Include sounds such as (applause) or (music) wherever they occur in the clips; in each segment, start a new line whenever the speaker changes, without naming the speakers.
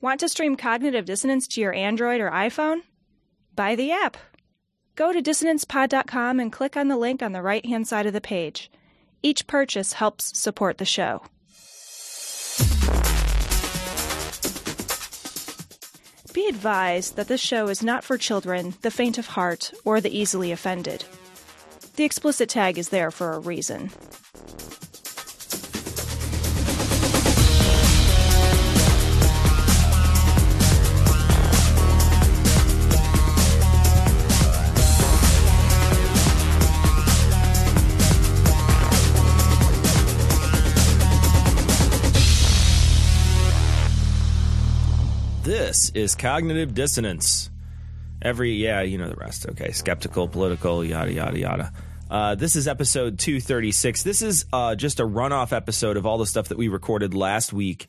Want to stream cognitive dissonance to your Android or iPhone? Buy the app. Go to dissonancepod.com and click on the link on the right hand side of the page. Each purchase helps support the show. Be advised that this show is not for children, the faint of heart, or the easily offended. The explicit tag is there for a reason.
This is Cognitive Dissonance. Every, yeah, you know the rest. Okay. Skeptical, political, yada, yada, yada. Uh, this is episode 236. This is uh, just a runoff episode of all the stuff that we recorded last week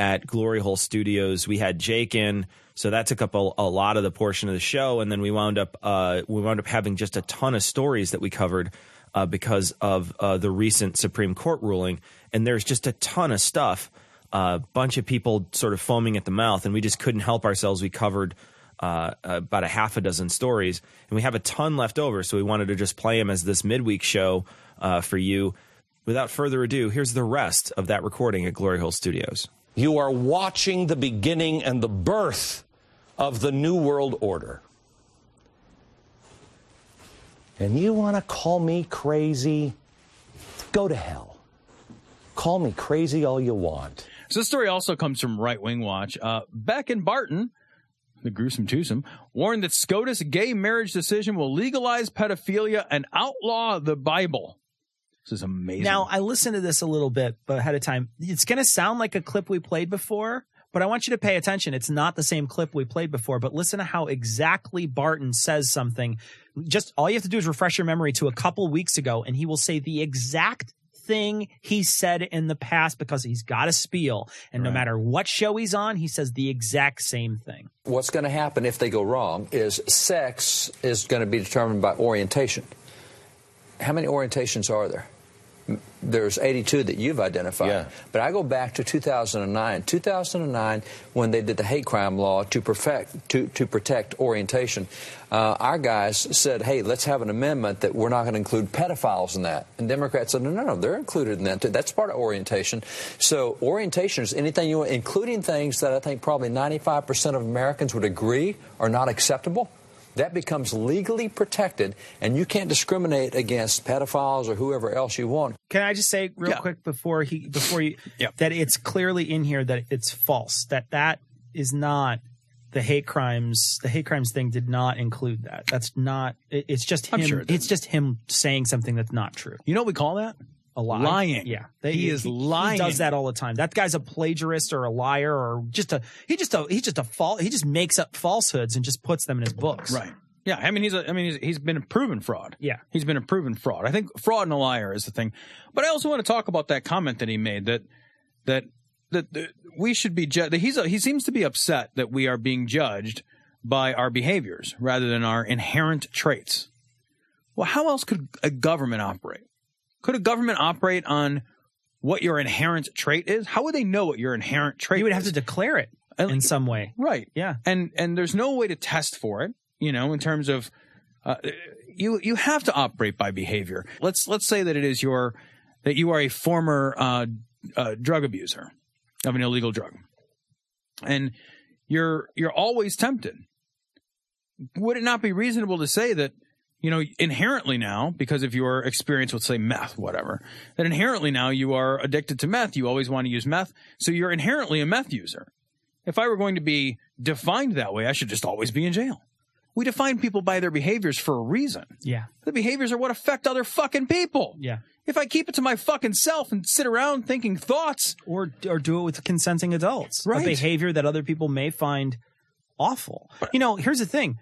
at Glory Hole Studios. We had Jake in, so that took up a, a lot of the portion of the show. And then we wound up, uh, we wound up having just a ton of stories that we covered uh, because of uh, the recent Supreme Court ruling. And there's just a ton of stuff a bunch of people sort of foaming at the mouth, and we just couldn't help ourselves. We covered uh, about a half a dozen stories, and we have a ton left over, so we wanted to just play them as this midweek show uh, for you. Without further ado, here's the rest of that recording at Glory Hole Studios.
You are watching the beginning and the birth of the New World Order. And you want to call me crazy? Go to hell. Call me crazy all you want.
So this story also comes from Right Wing Watch. Uh, Beck and Barton, the gruesome twosome, warned that SCOTUS gay marriage decision will legalize pedophilia and outlaw the Bible. This is amazing.
Now, I listened to this a little bit but ahead of time. It's going to sound like a clip we played before, but I want you to pay attention. It's not the same clip we played before, but listen to how exactly Barton says something. Just all you have to do is refresh your memory to a couple weeks ago, and he will say the exact thing he said in the past because he's got a spiel. And no matter what show he's on, he says the exact same thing.
What's going to happen if they go wrong is sex is going to be determined by orientation. How many orientations are there? M- There's 82 that you've identified.
Yeah.
But I go back to 2009. 2009, when they did the hate crime law to perfect to, to protect orientation, uh, our guys said, "Hey, let's have an amendment that we're not going to include pedophiles in that." And Democrats said, "No, no, no, they're included in that. Too. That's part of orientation." So orientation is anything you want, including things that I think probably 95% of Americans would agree are not acceptable. That becomes legally protected, and you can't discriminate against pedophiles or whoever else you want.
Can I just say real
Yeah.
quick before he before
(laughs)
you
Yeah.
that it's clearly in here that it's false that that is not the hate crimes the hate crimes thing did not include that that's not it- it's just him
I'm sure it didn't.
it's just him saying something that's not true
you know what we call that?
a lie
Lying.
yeah
He is lying.
he does that all the time that guy's a plagiarist or a liar or just a he just a he just a false he just makes up falsehoods and just puts them in his books
Right. Yeah, I mean he's a, I mean he's, he's been a proven fraud.
Yeah.
he's been a proven fraud. I think fraud and a liar is the thing. But I also want to talk about that comment that he made that that that, that we should be ju- that he's a, he seems to be upset that we are being judged by our behaviors rather than our inherent traits. Well, how else could a government operate? Could a government operate on what your inherent trait is? How would they know what your inherent trait?
you would have
is?
to declare it
I-
in some way
Right.
Yeah.
And and there's no way to test for it, you know, in terms of uh, you you have to operate by behavior. Let's let's say that it is your that you are a former uh, uh, drug abuser of an illegal drug, and you're you're always tempted. Would it not be reasonable to say that you know inherently now, because of your experience with say meth, whatever, that inherently now you are addicted to meth. You always want to use meth, so you're inherently a meth user. If I were going to be defined that way, I should just always be in jail. We define people by their behaviors for a reason.
yeah
The behaviors are what affect other fucking people.
Yeah.
If I keep it to my fucking self and sit around thinking thoughts,
or or do it with consenting adults.
Right.
A behavior that other people may find awful. You know, here's the thing.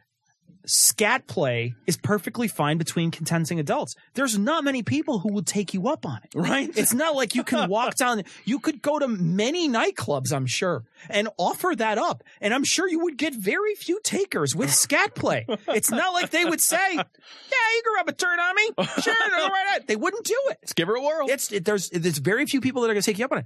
Scat play is perfectly fine between consenting adults. There's not many people who will take you up on it, right? It's not like you can walk down. You could go to many nightclubs, I'm sure, and offer that up, and I'm sure you would get very few takers with scat play. It's not like they would say, "Yeah, you can rub a turn on me." Sure, all right. They wouldn't do it.
let's give her a whirl.
It's it, there's there's very few people that are going to take you up on it.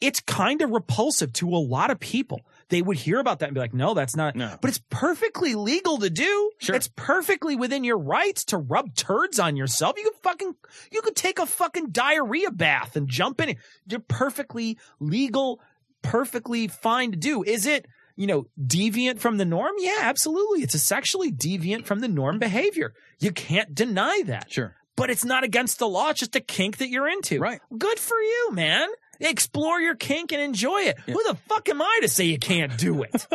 it's kind of repulsive to a lot of people. They would hear about that and be like, no, that's not.
No.
But it's perfectly legal to do.
Sure.
It's perfectly within your rights to rub turds on yourself. You could fucking, you could take a fucking diarrhea bath and jump in it. You're perfectly legal, perfectly fine to do. Is it, you know, deviant from the norm? Yeah, absolutely. It's a sexually deviant from the norm behavior. You can't deny that
Sure.
but it's not against the law. It's just a kink that you're into.
Right.
Good for you, man. Explore your kink and enjoy it. Who the fuck am I to say you can't do
(laughs)
it?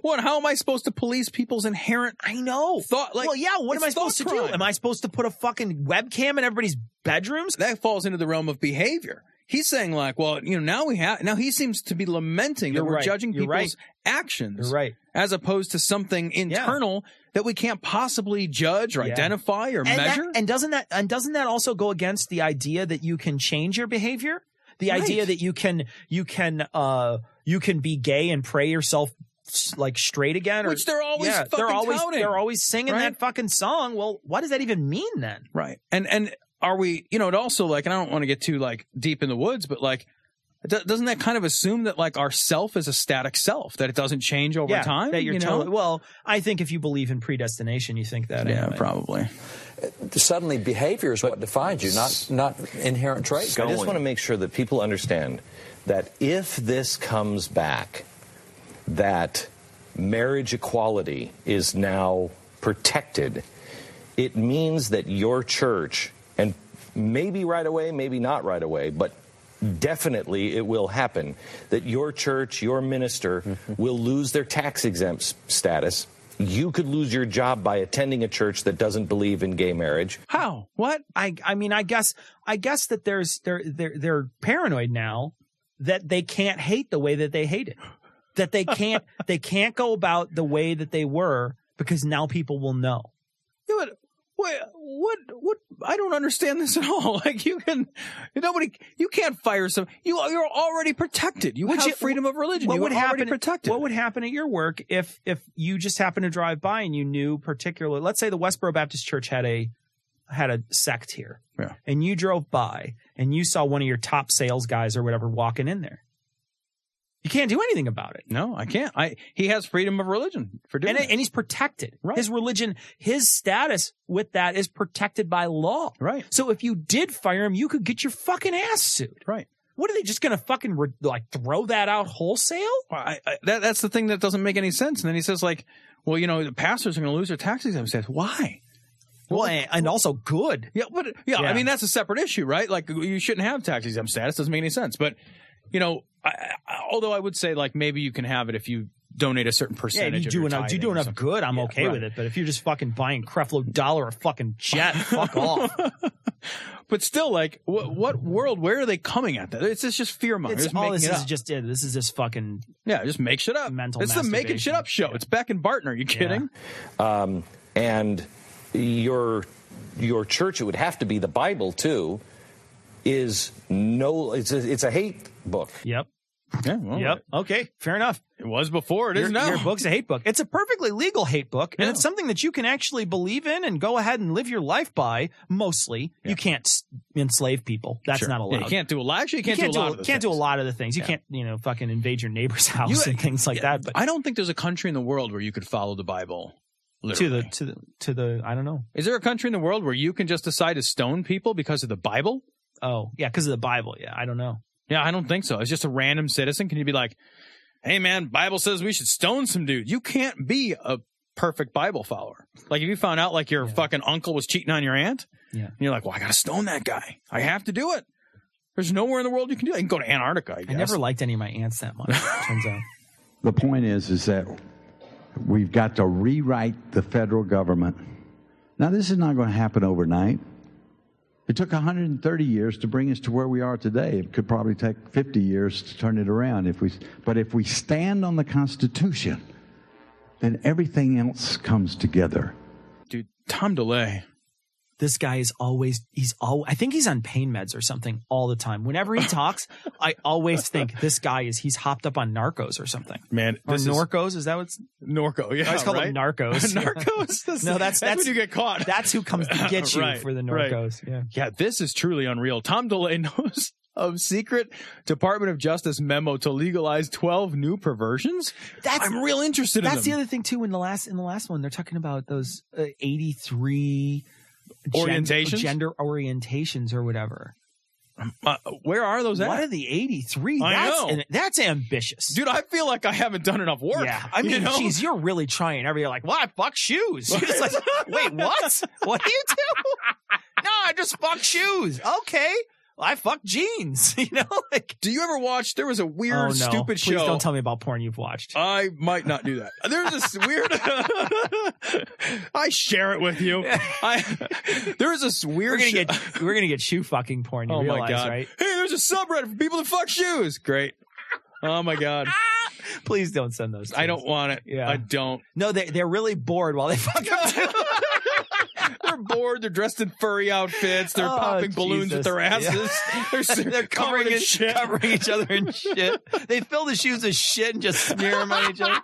What? How am I supposed to police people's inherent?
I know.
Thought- like,
well, yeah. What am
it's
I supposed
thought
to do?
crime.
Am I supposed to put a fucking webcam in everybody's bedrooms?
That falls into the realm of behavior. He's saying like, well, you know, now we have. Now he seems to be lamenting
You're
that we're
right.
judging
You're
people's
right.
actions,
You're right.
as opposed to something internal that we can't possibly judge or
Yeah.
identify or
and that-
measure.
and doesn't that and doesn't that also go against the idea that you can change your behavior? The
Right.
idea that you can you can uh you can be gay and pray yourself s- like straight again, or
Which they're always
yeah,
fucking
they're always
touting.
they're always singing
right?
that fucking song. Well, what does that even mean then?
Right. And and are we, you know, it also like, and I don't want to get too like deep in the woods, but like, do- doesn't that kind of assume that like our self is a static self that it doesn't change over
yeah,
time?
that you're
you know?
totally- well, I think if you believe in predestination, you think that.
yeah,
anyway.
probably.
Suddenly, behavior is what defines you, not not inherent traits.
I just want to make sure that people understand that if this comes back, that marriage equality is now protected, it means that your church, and maybe right away, maybe not right away, but definitely it will happen, that your church, your minister
Mm-hmm.
will lose their tax exempt s- status. You could lose your job by attending a church that doesn't believe in gay marriage.
How? What? I I mean, I guess I guess that there's they're they're they're paranoid now that they can't hate the way that they hated. That they can't they can't go about the way that they were because now people will know.
Yeah, but what, what, what? I don't understand this at all. (laughs) Like you can, nobody, you can't fire some. You you're already protected. You
Would
have
you-
freedom of religion.
What
you
would
are already
happen?
Protected.
What would happen at your work if if you just happened to drive by and you knew particular? Let's say the Westboro Baptist Church had a had a sect here,
Yeah.
and you drove by and you saw one of your top sales guys or whatever walking in there. You can't do anything about it.
No, I can't. I he has freedom of religion for doing
and,
that.
and he's protected.
Right.
His religion, his status with that is protected by law.
Right.
So if you did fire him, you could get your fucking ass sued.
right.
What are they just going to fucking re- like throw that out wholesale?
Well, I, I, that, that's the thing that doesn't make any sense. And then he says, like, well, you know, the pastors are going to lose their tax exempt status. Why?
Well, and, and also good.
Yeah, but yeah,
Yeah.
I mean, that's a separate issue, right? Like, you shouldn't have tax exempt status. Doesn't make any sense. But, you know, I, I, although I would say, like, maybe you can have it if you donate a certain
Yeah, if you
percentage. of
do
your
enough, if you
tithing
do
or
enough
something.
good, I'm
Yeah,
okay
right.
with it. But if you're just fucking buying Creflo Dollar a fucking
(laughs)
jet, fuck off.
But still, like, what, what world? Where are they coming at that? It's, it's just fear mongering.
It's,
Just
all
making
this
it
is
up.
just it. This is just fucking.
yeah, just make shit up.
mental
It's the making
masturbation.
shit up show. It's Beck and Barton. Are you kidding?
um, and your your church it would have to be the bible too is no it's a, it's a hate book
Yep.
Yeah. well,
Yep. Okay. Fair enough.
It was before. It is
your,
now.
your book's a hate book. It's a perfectly legal hate book, and
Yeah.
it's something that you can actually believe in and go ahead and live your life by. Mostly, you can't s- enslave people. That's
Sure.
not allowed.
Yeah, you can't do a lot. Actually, you
You
can't, do a lot. of those
can't do a
things.
lot of the things. You can't, you know, fucking invade your neighbor's (laughs) house
You-
and things like
Yeah,
that. But
I don't think there's a country in the world where you could follow the Bible.
to the
Literally.
to the to the I don't know.
is there a country in the world where you can just decide to stone people because of the Bible?
Oh yeah, because of the Bible. Yeah, I don't know.
Yeah, I don't think so. It's just a random citizen. Can you be like, "Hey, man, Bible says we should stone some dude"? You can't be a perfect Bible follower. Like if you found out like your fucking uncle was cheating on your aunt,
Yeah.
and you're like, "Well, I gotta stone that guy. I have to do it." There's nowhere in the world you can do that. You can go to Antarctica. I, guess.
I never liked any of my aunts that
(laughs)
much. it turns out.
The point is, is that we've got to rewrite the federal government. Now, this is not going to happen overnight. It took 130 years to bring us to where we are today. It could probably take 50 years to turn it around. If we, but if we stand on the Constitution, then everything else comes together.
dude. Tom DeLay.
this guy is always he's all I think he's on pain meds or something all the time. Whenever
(laughs)
he talks, I always think this guy is he's hopped up on narcos or something.
Man,
Or
this is-
Norcos, is, that what's
Norco.
I
Yeah,
always call
right?
them
(laughs)
narcos. (laughs)
Narcos.
No, that's- that's-
when you get caught. (laughs)
That's who comes to get you
Right,
for the
right.
Norcos. Yeah.
yeah. This is truly unreal. Tom DeLay (laughs) knows of secret Department of Justice memo to legalize 12 new perversions?
That's-
I'm real interested in
That's the
them.
other thing too. In the last in the last one, they're talking about those uh, eighty three
Orientations?
gender orientations, or whatever.
Uh, where are those
What
at?
are the eighty three?
I
That's
know.
an- that's ambitious,
Dude, I feel like I haven't done enough work.
Yeah, I
you
mean,
know?
geez, you're really trying. Everybody like, why fuck shoes? (laughs) You're
(laughs)
just like, wait, what? What do you do? (laughs) no, I just fuck shoes. Okay, I fuck jeans. (laughs) You know, like
Do you ever watch? There was a weird,
oh no,
stupid
please
show.
don't tell me about porn you've watched.
(laughs) I might not do that. There's this weird. (laughs) I share it with you. I there's this weird.
we're gonna
sh-
get we're gonna get shoe fucking porn. You
oh
realize,
my god!
right?
Hey, there's a subreddit for people that fuck shoes. Great. Oh my god!
(laughs) Please don't send those. to
I
us.
don't want it.
Yeah.
I don't.
No, they they're really bored while they fuck up. too.
(laughs) They're bored. They're dressed in furry outfits. They're
Oh,
popping balloons
Jesus.
with their asses. They're,
(laughs)
s-
They're
covered
covering
in
it-
shit.
covering each other in shit. They fill the shoes with shit and just smear them on each
(laughs)
other.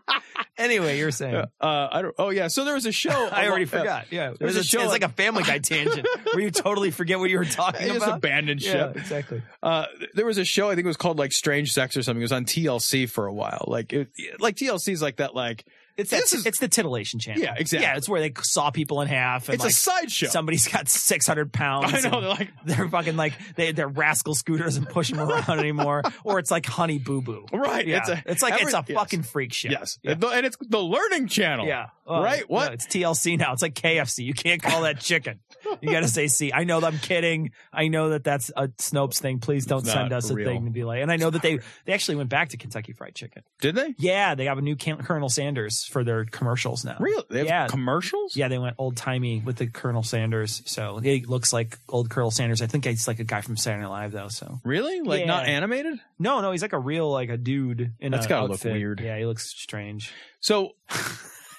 Anyway, you're saying.
Uh, I don't. Oh yeah. So there was a show.
(laughs) I already
uh,
forgot. Yeah, it was
a
a,
show
it's
on-
like a Family
(laughs)
Guy tangent where you totally forget what you were
I
talking
just
about.
abandoned
yeah,
ship.
exactly.
Uh, there was a show I think it was called like Strange Sex or something. It was on TLC for a while. Like it, like TLC's like that. Like
It's
This
that,
is-
it's the titillation channel.
Yeah, exactly.
Yeah, it's where they saw people in half and
it's
like
a sideshow.
somebody's got 600 pounds.
I know.
and
They're like
They're fucking like they they're rascal scooters and push them
(laughs)
around anymore, or it's like Honey Boo Boo.
right.
Yeah.
It's
It's,
a.
like
every-
it's a
yes.
fucking freak show.
Yes,
Yeah.
And the- and it's the Learning Channel.
Yeah. Oh,
Right? What?
no, it's TLC now. It's like KFC. You can't call that chicken. You got to say C. I know that I'm kidding. I know that that's a Snopes thing. Please don't
It's
send
not
us a
real.
thing to be like. And I know that they they actually went back to Kentucky Fried Chicken.
Did they?
Yeah, they have a new Cam- Colonel Sanders for their commercials now.
Really? They have
Yeah.
commercials.
Yeah, they went old timey with the Colonel Sanders. So it looks like old Colonel Sanders. I think it's like a guy from Saturday Night Live though. So
Really? Like
Yeah.
not animated?
no, no, he's like a real like a dude. In
That's
a
gotta look
outfit.
weird.
Yeah, he looks strange. (laughs)
So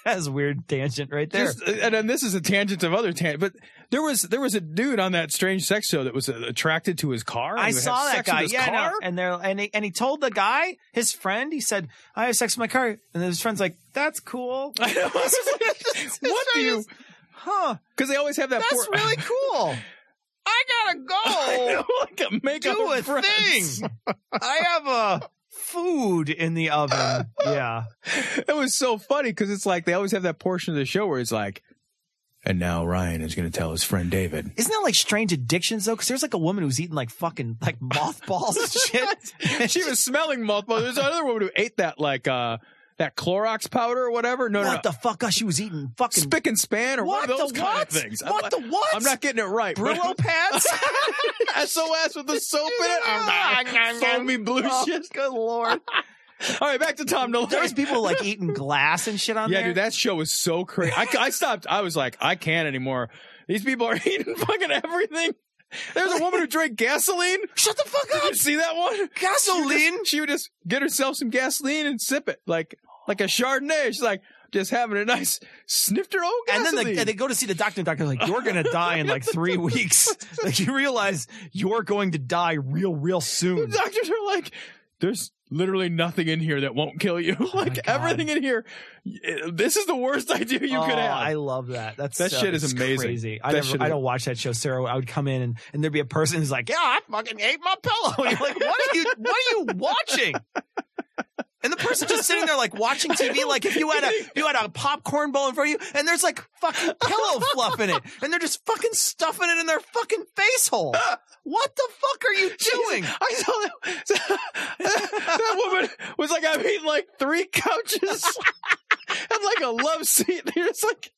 That's a weird tangent right there.
Just- and then this is a tangent of other tangent, but there was there was a dude on that strange sex show that was uh, attracted to his car. and
I
he would
saw that
have sex with
guy.
his
Yeah, I know.
car?
and they're and he, and he told the guy, his friend, he said, "I have sex with my car," and his friend's like, "That's (laughs) cool."
I know. what do you?
Huh?
Because they always have that.
That's
poor- (laughs)
really cool. I gotta go
(laughs) like a makeup
do a
of friends.
thing. I have a (laughs) food in the oven. Yeah,
(laughs) It was so funny because it's like they always have that portion of the show where it's like, and now Ryan is going to tell his friend David.
isn't that like strange addictions though? Because there's like a woman who's eating like fucking like (laughs) mothballs and shit.
(laughs) She was smelling mothballs. There's another woman who ate that like uh that Clorox powder or whatever. No, no, no.
what the fuck? Oh, she was eating fucking
spick and span or
What
one of those
the
kind
what?
of things.
What
I'm,
the what?
I'm not getting it right.
(laughs)
but- (laughs)
Brillo pads.
SOS with the soap in it. I'm foamy blue
Oh.
shit.
Good lord.
All right, back to Tom
There was
DeLonge.
people
(laughs)
like eating glass and shit on
Yeah,
there.
dude, that show was so crazy. I, I stopped. I was like, I can't anymore. These people are (laughs) eating fucking everything. There's a woman who drank gasoline.
Shut the fuck
Did
up!
you see that one? She would
Gasoline.
just, she would just get herself some gasoline and sip it like like a Chardonnay. She's like just having a nice sniffed her own
And then
gasoline.
the, and they go to see the doctor. The doctor's like, "You're gonna die in like
(laughs)
three weeks. (laughs) Like you realize you're going to die real, real soon."
The doctors are like, there's literally nothing in here that won't kill you. (laughs) like
Oh God.
everything in here, this is the worst (laughs) idea you
Oh,
could have.
I love that. That's
That
so-
shit is
it's
amazing.
Crazy. I
That
never,
shit
I
is-
don't watch that show, Sarah. I would come in and, and there'd be a person who's like, "Yeah, I fucking ate my pillow." (laughs) And you're like, "What are you? What are (laughs) you watching?" And the person just sitting there like watching TV, like if you had a if you had a popcorn bowl in front of you, and there's like fucking pillow fluff in it, and they're just fucking stuffing it in their fucking face hole. What the fuck are you doing?
I saw that. (laughs) that woman was like, I've eaten like three couches (laughs) and like a love seat. (laughs) And you're just like,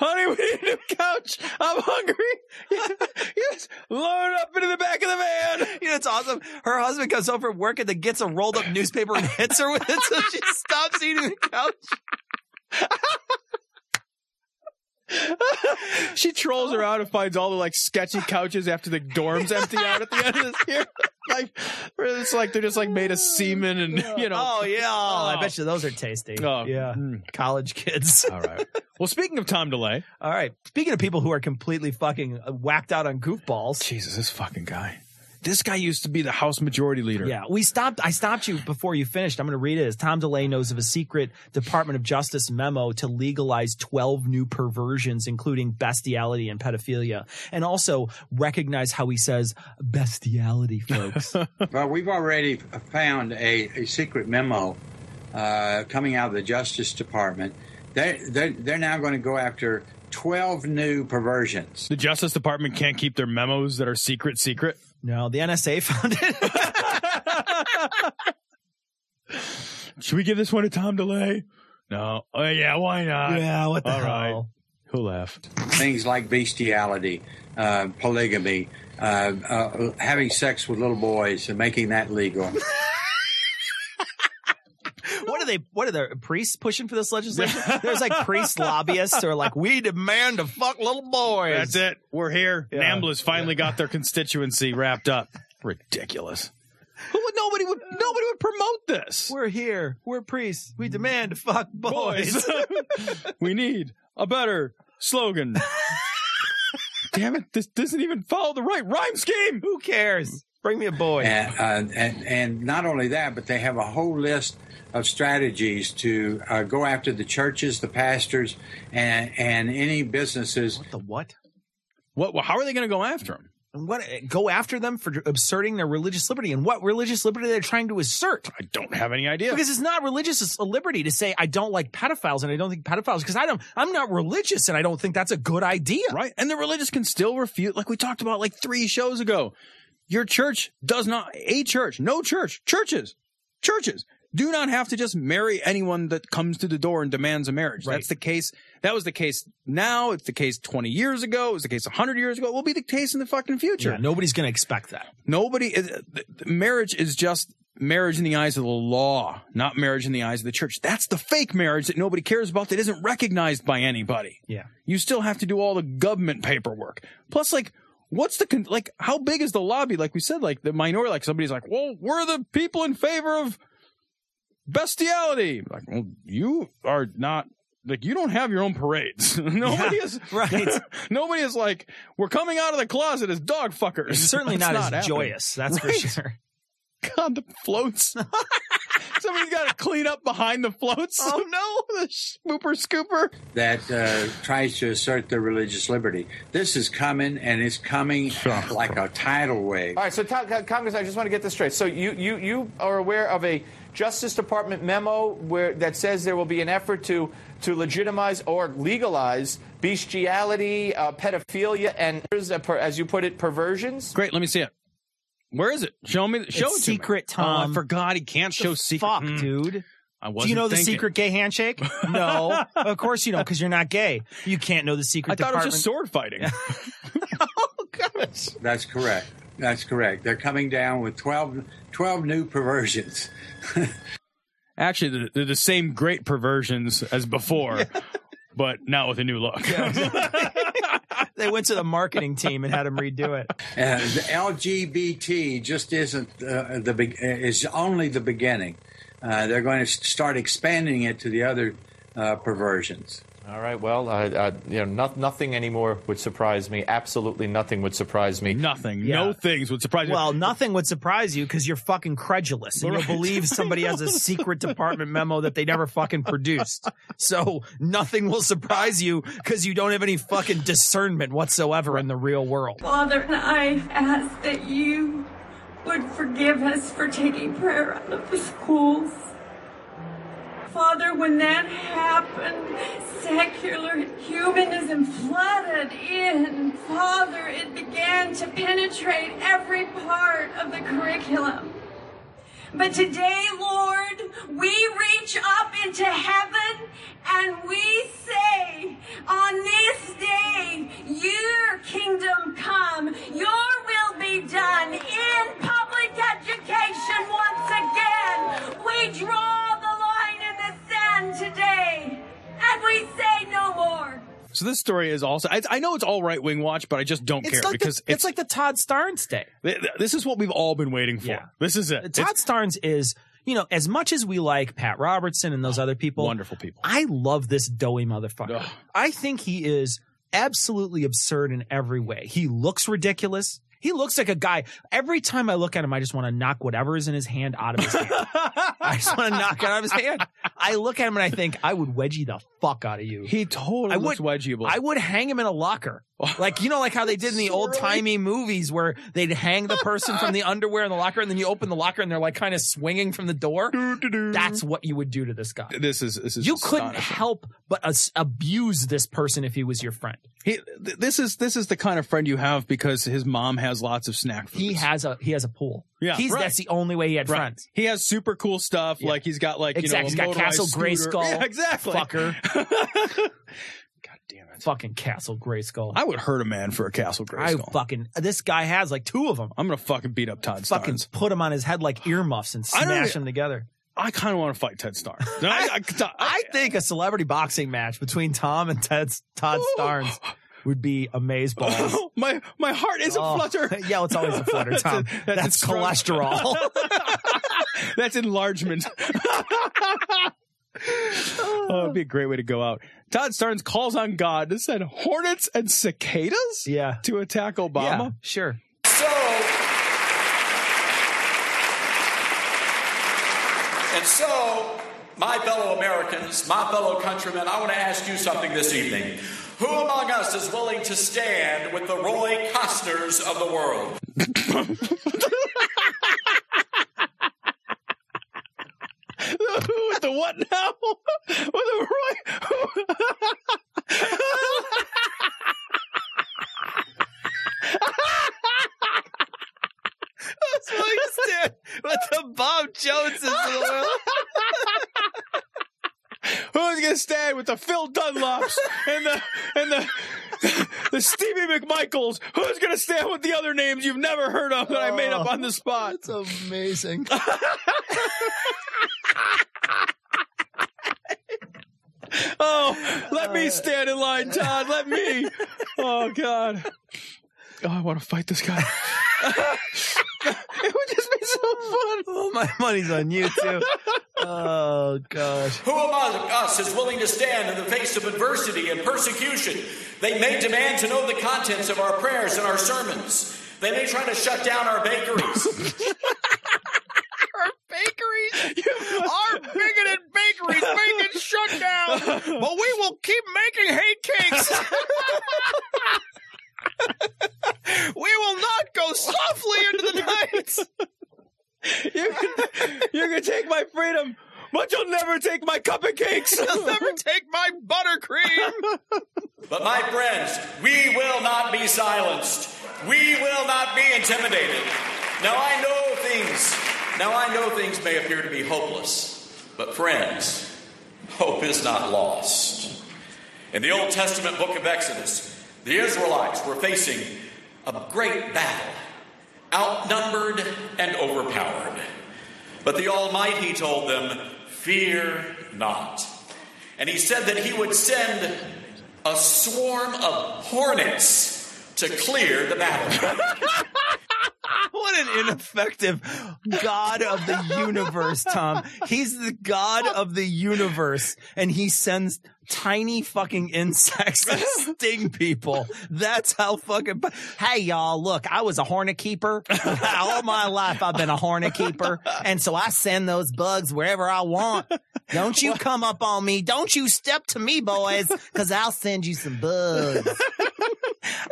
honey, we need a new couch. I'm hungry. (laughs) yes, load up into the back of the van.
(laughs) You know, it's awesome. Her husband comes home from work and then gets a rolled up newspaper and hits her with it so
(laughs)
she stops eating the couch.
She trolls around and finds all the like sketchy couches after the dorms empty out at the end of this year. (laughs) Like, where it's like they're just like made of semen
(laughs)
and you know.
Oh yeah, I bet you those are tasty.
Oh,
yeah,
mm.
college kids. (laughs)
All right. Well, speaking of Tom Delay,
All uh, right. Speaking of people who are completely fucking whacked out on goofballs,
Jesus, this fucking guy. this guy used to be the House Majority Leader.
Yeah, we stopped. I stopped you before you finished. I'm going to read it. As Tom DeLay knows of a secret Department of Justice memo to legalize 12 new perversions, including bestiality and pedophilia, and also recognize how he says bestiality,
(laughs)
folks.
(laughs) Well, we've already found a, a secret memo uh, coming out of the Justice Department. They, they're, they're now going to go after 12 new perversions.
The Justice Department can't keep their memos that are secret, secret.
no, the NSA found it.
Should we give this one to Tom DeLay? No. Oh, yeah, why not?
yeah, what the
All
hell?
right. Who left?
Things like bestiality, uh, polygamy, uh, uh, having sex with little boys and making
(laughs)
that legal.
What are they? What are the priests pushing for this
(laughs)
legislation? There's like priest lobbyists who are like, we demand to fuck little boys.
That's it. We're here. NAMBLA's finally got their constituency wrapped up. Ridiculous. Who would nobody would nobody would promote this? Mm.
We're here. We're priests. We demand to fuck boys. (laughs)
we need a better slogan. Damn it, this doesn't even follow the right rhyme scheme.
Who cares? Bring me a boy.
And, uh, and, and not only that, but they have a whole list of strategies to uh, go after the churches, the pastors, and, and any businesses
The what?
What well, how are they gonna go after him?
And what? eh, Go after them for asserting their religious liberty. And what religious liberty they're trying to assert?
I don't have any idea.
Because it's not religious it's a liberty to say I don't like pedophiles and I don't think pedophiles because I don't. I'm not religious and I don't think that's a good idea.
(laughs) right? And the religious can still refute, like we talked about like three shows ago. Your church does not, a church, no church, churches, churches do not have to just marry anyone that comes to the door and demands a marriage.
Right.
That's the case. That was the case now. It's the case 20 years ago. It was the case 100 years ago. It will be the case in the fucking future.
Yeah, nobody's going to expect that.
Nobody, is- th- th- marriage is just marriage in the eyes of the law, not marriage in the eyes of the church. That's the fake marriage that nobody cares about that isn't recognized by anybody
Yeah.
you still have to do all the government paperwork. Plus, like, what's the con- like? How big is the lobby? Like we said, like the minority. Like somebody's like, well, we're the people in favor of bestiality. Like, well, you are not. Like you don't have your own parades. (laughs) nobody
Yeah,
is
right.
nobody is like we're coming out of the closet as dog fuckers.
It's certainly
That's
not, as
happening.
joyous. That's
Right.
for sure.
God, the floats. (laughs) Somebody's got to clean up behind the floats. Oh no, (laughs) the swooper scooper.
that uh, tries to assert their religious liberty. This is coming, and it's coming like a tidal wave.
All right, so Tom, Con- Congress, I just want to get this straight. So you, you, you are aware of a Justice Department memo where that says there will be an effort to to legitimize or legalize bestiality, uh, pedophilia, and as you put it, perversions.
Great, let me see it. Where is it? Show me. Show it to me.
secret, Tom.
Oh, I forgot. He can't show secret.
Fuck,
Mm,
dude.
I wasn't
Do you know the
thinking.
secret gay
(laughs)
handshake? No, of course you don't, because you're not gay. You can't know the secret.
I thought it was
department.
just sword
(laughs)
fighting.
That's correct. That's correct. They're coming down with 12, 12 new perversions.
Actually, they're- they're the same great perversions as before, but now with a new look. (laughs)
(laughs) they went to the marketing team and had them redo
(laughs)
it.
Uh, the LGBT just isn't uh, the be- uh, is only the beginning. Uh, they're going to s- start expanding it to the other uh, perversions.
All right, well, uh, uh, you know, not, nothing anymore would surprise me. Absolutely nothing would surprise me.
Nothing.
Yeah.
No things would surprise you.
Well, nothing would surprise you because you're fucking credulous and you'll believe somebody has
(laughs)
a secret department memo that they never fucking produced. So nothing will surprise you because you don't have any fucking discernment whatsoever in the real world.
Father, and I ask that you would forgive us for taking prayer out of the schools. Father, when that happened, secular humanism flooded in. Father, it began to penetrate every part of the curriculum. But today, Lord, we reach up into heaven and we say, on this day, your kingdom come, your will be done in public education once again. We draw the line in the sand today and we say no more.
(laughs) so this story is also. I, I know it's all right wing watch, but I just don't
It's
care
like, the,
because
it's, like the Todd Starnes day.
th- th- this is what we've all been waiting for.
Yeah.
This is it.
Todd
It's-
Starnes is, you know, as much as we like Pat Robertson and those other people,
wonderful people.
I love this doughy motherfucker.
Ugh.
I think he is absolutely absurd in every way. He looks ridiculous. He looks like a guy. Every time I look at him, I just want to knock whatever is in his hand out of his
(laughs)
hand. I just want to knock it out of his hand. I look at him and I think I would wedgie the fuck out of you.
He totally
I
looks
would-
wedgeable.
I would hang him in a locker. Like, you know, like how they did in the old timey movies where they'd hang the person from the underwear in the locker and then you open the locker and they're like kind of swinging from the door. That's what you would do to this guy.
this is this is
You couldn't
astonishing.
help but as- abuse this person if he was your friend.
He, th- this is this is the kind of friend you have because his mom has lots of snack foods.
He has a he has a pool.
Yeah,
He's
right.
that's the only way he had
Right.
friends.
He has super cool stuff. Like he's got like
Exactly. He's
you know, a
got Castle
motorized scooter. (laughs)
Grayskull.
Yeah, exactly.
Fucker.
(laughs) God damn it.
fucking Castle Grayskull.
I would hurt a man for a Castle
I
Grayskull.
fucking this guy has like two of them.
I'm gonna fucking beat up Todd
Fucking
Starnes.
put him on his head like earmuffs and
I don't
smash
even-
them together.
I kind of want to fight
(laughs)
Ted Starnes. No, I, I, I,
I think a celebrity boxing match between Tom and Ted's Todd Starnes would be
(laughs)
amazeballs.
my my heart is
Oh,
a flutter.
(laughs) Yeah, it's
(laughs)
always a flutter,
That's
Tom.
a-
that's
that's a stroke. (laughs)
cholesterol. (laughs)
That's enlargement. oh, it'd be a great way to go out. Todd Starnes calls on God to send hornets and cicadas
Yeah.
to attack
yeah,
Obama.
sure.
So, and so, my fellow Americans, my fellow countrymen, I want to ask you something this evening. Who among us is willing to stand with the Roy Costners of the world?
With the what now? (laughs) With the Roy. (laughs)
(laughs) With the Bob Joneses of the world.
Who's gonna stand with the Phil Dunlops and the and the the Stevie McMichaels? Who's gonna stand with the other names you've never heard of that I made up on the spot?
Oh, That's amazing.
(laughs) Oh, let
Uh,
me stand in line, Todd. Let me. Oh God. Oh, I want to fight this
(laughs)
guy. it would just be so fun.
Oh, my money's on you too. Oh gosh.
Who among us is willing to stand in the face of adversity and persecution? They may demand to know the contents of our prayers and our sermons. They may try to shut down our bakeries.
Bakeries are bigoted bakeries may get shut down, but we will keep making hate cakes. (laughs) we will not go softly into the night.
You can, you can take my freedom, but you'll never take my cup of cakes.
They'll never take my buttercream.
But my friends, we will not be silenced. We will not be intimidated. Now I know things. Now I know things may appear to be hopeless, but friends, hope is not lost. In the Old Testament book of Exodus, the Israelites were facing a great battle, outnumbered and overpowered. But the Almighty told them, Fear not. And he said that he would send a swarm of hornets to clear the battle.
(laughs) What an ineffective god of the universe, Tom. He's the god of the universe, and he sends tiny fucking insects to
(laughs)
sting people. That's how fucking. bu- Hey, y'all, look, I was a hornet
(laughs)
keeper. All my life, I've been a hornet keeper. And so I send those bugs wherever I want. Don't you come up on me. Don't you step to me, boys, because I'll send you some bugs.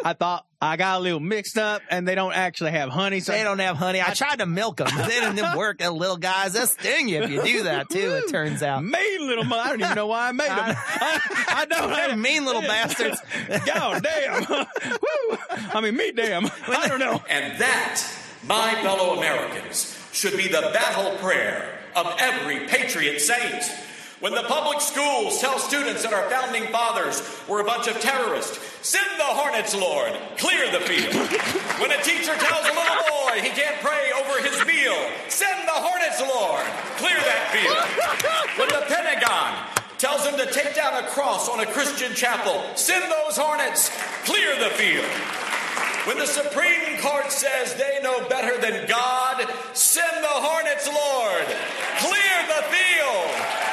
I thought I got a little mixed up, and they don't actually have honey. So
They don't have honey. I tried to milk them. They didn't work. That little guys, that sting you if you do that too. It turns out.
made little. mo- I don't even know why I made them. (laughs) I, I don't.
They're mean little
(laughs)
bastards.
God damn. (laughs) Woo. I mean, me damn. I don't know.
and that, my fellow Americans, should be the battle prayer of every patriot saint. When the public schools tell students that our founding fathers were a bunch of terrorists, send the hornets, Lord, clear the field. When a teacher tells a little boy he can't pray over his meal, send the hornets, Lord, clear that field. When the Pentagon tells him to take down a cross on a Christian chapel, send those hornets, clear the field. When the Supreme Court says they know better than God, send the hornets, Lord. Clear the field.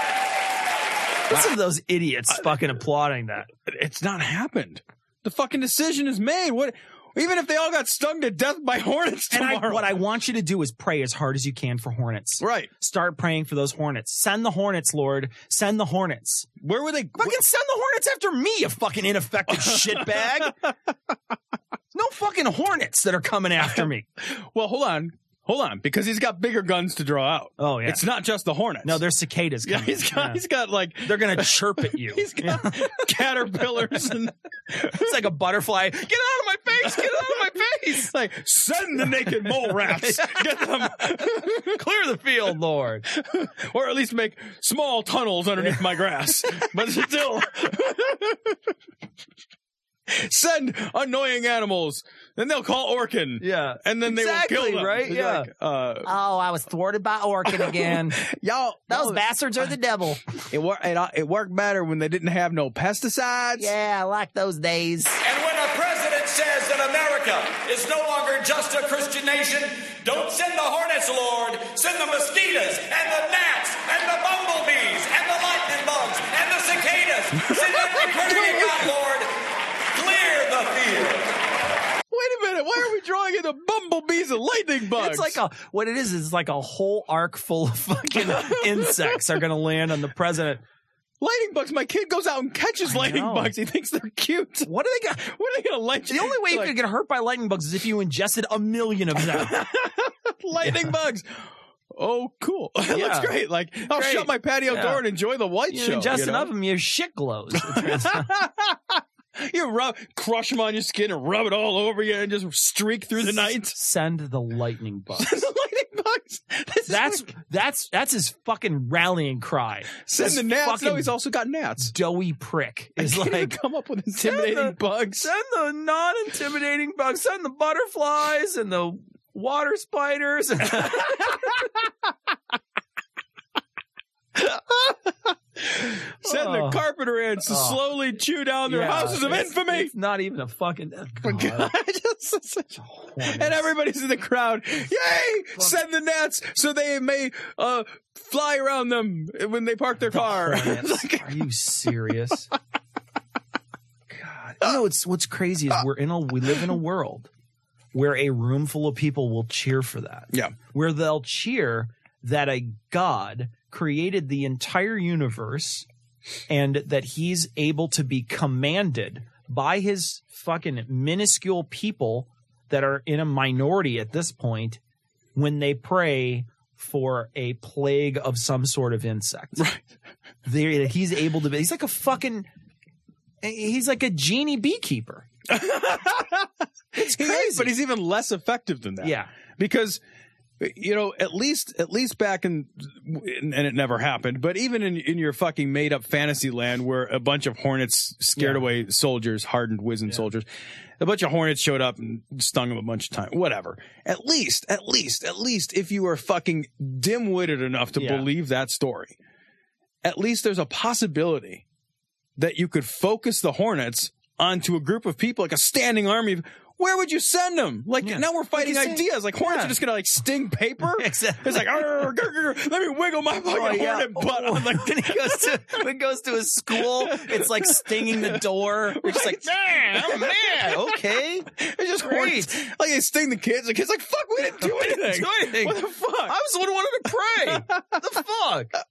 Listen to those idiots fucking applauding that.
It's not happened. The fucking decision is made. What? Even if they all got stung to death by (laughs) hornets
(laughs) And
tomorrow.
I, what I want you to do is pray as hard as you can for hornets.
right.
Start praying for those hornets. Send the hornets, Lord. Send the hornets.
Where were they?
Fucking send the hornets after me, you fucking (laughs) ineffective shitbag. No fucking hornets that are coming after (laughs) me.
Well, hold on. Hold on, because he's got bigger guns to draw out.
Oh, yeah.
It's not just the hornets.
No, they're cicadas.
Yeah,
Coming.
he's got,
Yeah.
he's got like
They're gonna
(laughs)
chirp at you.
he's got (laughs) caterpillars and
It's like a butterfly. Get out of my face! Get out of my face!
it's (laughs) like send the naked
(laughs)
mole rats, get them,
Clear the field, Lord.
or at least make small tunnels underneath my
(laughs)
grass. But still, (laughs) send annoying animals, then they'll call Orkin.
Yeah.
and then they will
Exactly,
kill them.
right?
They're
Yeah.
like, uh,
Oh, I was thwarted by Orkin again.
(laughs) y'all,
Those bastards are the devil.
it, wor- it uh, it worked better when they didn't have no pesticides.
Yeah, I like those days.
And when a president says that America is no longer just a Christian nation, don't send the hornets, Lord. Send the mosquitoes and the gnats and the bumblebees and the lightning bugs and the cicadas. Send every critter you got, Lord. Clear the field.
Wait a minute, why are we drawing in the bumblebees and lightning
It's
bugs?
like a what it is is like a whole ark full of
(laughs)
fucking insects are gonna land on the president.
lightning bugs. My kid goes out and catches lightning
know.
bugs. He thinks they're cute.
What are they got?
(laughs) What are they gonna light?
The only way you
like,
could get hurt by (laughs) lightning bugs is if you ingested a million of them.
(laughs) lightning bugs. Oh, cool! (laughs) That's great. Like I'll
Great.
shut my patio
Yeah.
door and enjoy the light
You
show.
ingest
you know?
enough of them, your shit glows.
(laughs) You rub, crush them on your skin and rub it all over you, and just streak through the night.
Send the
(laughs)
lightning bugs.
the lightning bugs. This is
That's
like-
that's that's his fucking rallying cry.
send
This
the gnats.
fucking
No, he's also got gnats.
doughy prick. Is
Can't even
like
come up with
send the-
intimidating bugs.
Send the non-intimidating bugs. Send the butterflies and the water (laughs) spiders.
Send the
Oh.
carpenter ants to
Oh.
slowly chew down their
Yeah,
houses of
it's-
infamy.
It's not even a fucking.
(laughs)
oh, God.
I just- it's (laughs) such-
Hornets.
and everybody's in the crowd. Yay! Send the gnats so they may uh, fly around them when they park their car. (laughs)
Hornets. Are you (laughs) serious? God, you know it's what's crazy is we're in a we live in a world where a room full of people will cheer for that.
Yeah.
where they'll cheer that a god created the entire universe and that he's able to be commanded by his fucking minuscule people that are in a minority at this point when they pray for a plague of some sort of insect. (laughs) Right. There, he's able to be. He's like a fucking. He's like a genie beekeeper.
(laughs) it's
crazy.
but he's even less effective than that.
Yeah.
because you know at least at least back in and it never happened but even in, in your fucking made up fantasy land where a bunch of hornets scared
Yeah.
away soldiers hardened wizened soldiers a bunch of hornets showed up and stung them a bunch of times whatever at least at least at least if you are fucking dim-witted enough to
Yeah.
believe that story at least there's a possibility that you could focus the hornets onto a group of people like a standing army of- where would you send them? Like
Yeah.
now we're fighting
Like you say-
ideas. Like hornets
Yeah.
are just gonna like sting paper.
(laughs) Exactly.
It's like "Arr, grr, grr, grr, let me wiggle my fucking
Oh, yeah.
hornet (laughs) butt. I'm like,
when he goes
(laughs)
to when he goes to his school, it's like stinging the door. We're just like, damn, oh, man, okay.
it's just
Great.
hornets. Like they sting the kids. The kids like fuck. We didn't
(laughs)
do anything.
Do anything.
What the
I
fuck?
was the one who wanted to
(laughs)
pray. the fuck?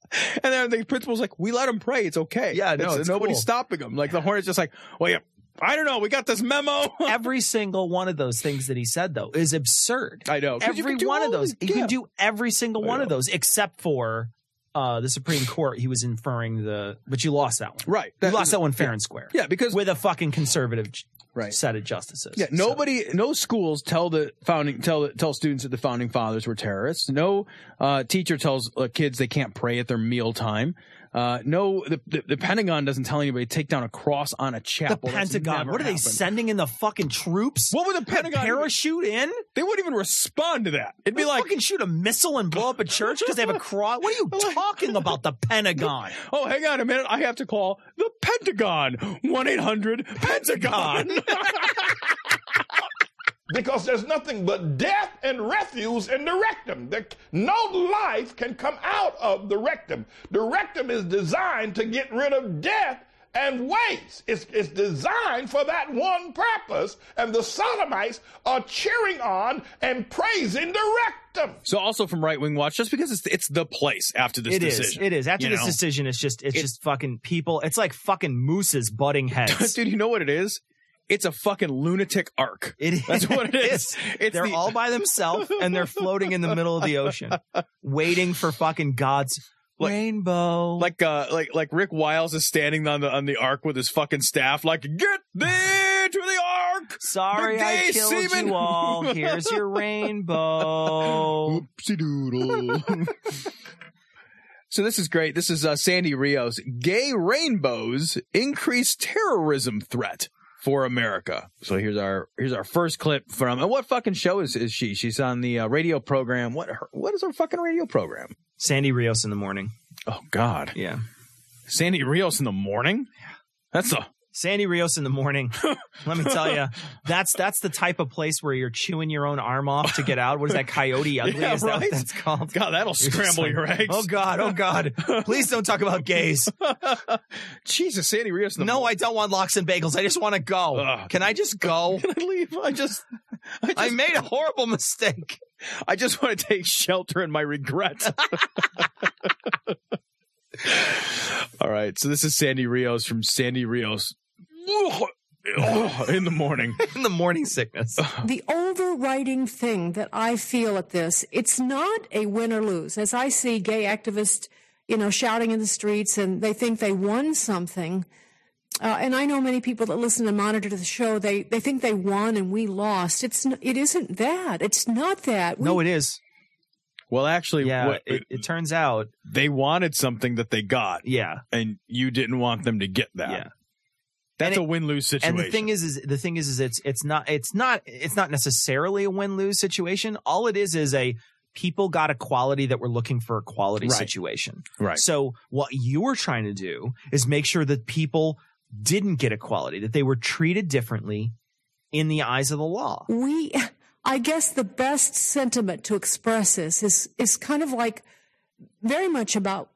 And then the principal's like, we let them pray. It's okay.
Yeah, no, it's
nobody's
cool.
stopping them. Like the hornets just like, well, yeah, I don't know. We got this memo.
Every single one of those things that he said though is absurd.
I know. 'cause you
every
can do
one
all
of those.
these-
He
yeah.
could do every single
I
one of
know.
those except for uh, the Supreme Court. He was inferring the, but you lost that one.
Right.
you
That-
lost that one fair and square.
Yeah, because
with a fucking conservative j-
Right.
set of justices.
Yeah,
So-
nobody, no schools tell the founding tell tell students that the founding fathers were terrorists. No uh, teacher tells uh, kids they can't pray at their meal time. Uh, no, the, the the Pentagon doesn't tell anybody to take down a cross on a
the
chapel. That's
Pentagon.
never
What are they
happened.
sending in the fucking troops?
What would the
A
Pentagon? even-
parachute in?
they wouldn't even respond to that. It'd be
They
like,
fucking shoot a missile and blow up a church because they have a cross. What are
(laughs)
you talking about? The Pentagon.
oh, hang on a minute, I have to call the Pentagon one eight hundred Pentagon.
Because there's nothing but death and refuse in the rectum. There, no life can come out of the rectum. The rectum is designed to get rid of death
and ways. It's, it's designed for that one purpose, and the sodomites are cheering on and praising the rectum.
So also from Right Wing Watch, just because it's it's the place after this
It is.
decision.
It is. After
you
this
know?
decision, it's just it's
It-
just fucking people. It's like fucking mooses
(laughs)
butting heads.
dude, you know what it is? It's a fucking lunatic arc.
It is.
That's what
(laughs)
it is. It's
they're
the-
all by themselves and they're floating in the middle of the
(laughs)
ocean, waiting for fucking God's
Like-
rainbow.
like uh like like Rick Wiles is standing on the on the ark with his fucking staff, like get thee to the ark.
sorry,
the
I
gay
killed
semen-
you
(laughs)
all. Here's your rainbow.
Oopsie doodle. (laughs) so this is great. This is uh, Sandy Rios. Gay rainbows increase terrorism threat for America. So here's our here's our first clip from. And what fucking show is, is she? She's on the uh, radio program. What her, what is her fucking radio program?
Sandy Rios in the morning.
Oh God,
Yeah.
Sandy Rios in the morning. That's a
Sandy Rios in the
(laughs)
morning. Let me tell you, that's that's the type of place where you're chewing your own arm off to get out. What is that, Coyote Ugly?
(laughs) Yeah,
is that
right?
what that's called?
God. That'll
You're just
scramble
like,
your eggs.
Oh God! Oh God! Please don't talk about gays.
(laughs) Jesus, Sandy Rios. In the
No,
morning.
I don't want lox and bagels. I just want to go.
Ugh.
Can I just go?
(laughs) Can I leave? I just, I just,
I made a horrible mistake.
I just want to take shelter in
(laughs)
my regret. All right, so this is Sandy Rios from Sandy Rios (laughs) in the morning.
In the morning
(laughs)
sickness.
the overriding thing that I feel at this, it's not a win or lose. As I see gay activists, you know, shouting in the streets and they think they won something. Uh, and I know many people that listen and monitor the show, they, they think they won and we lost. It's, n- it isn't that. It's not that. We
No, it is.
Well, actually,
Yeah,
what,
it, it turns out.
they wanted something that they got,
Yeah,
and you didn't want them to get that.
yeah.
That's
And
a win lose situation.
And the thing is, is the thing is, is it's it's not it's not it's not necessarily a win lose situation. All it is is a people got equality that we're looking for equality
Right.
situation.
right?
So what you were trying to do is make sure that people didn't get equality, that they were treated differently in the eyes of the law.
we i guess the best sentiment to express this is is kind of like very much about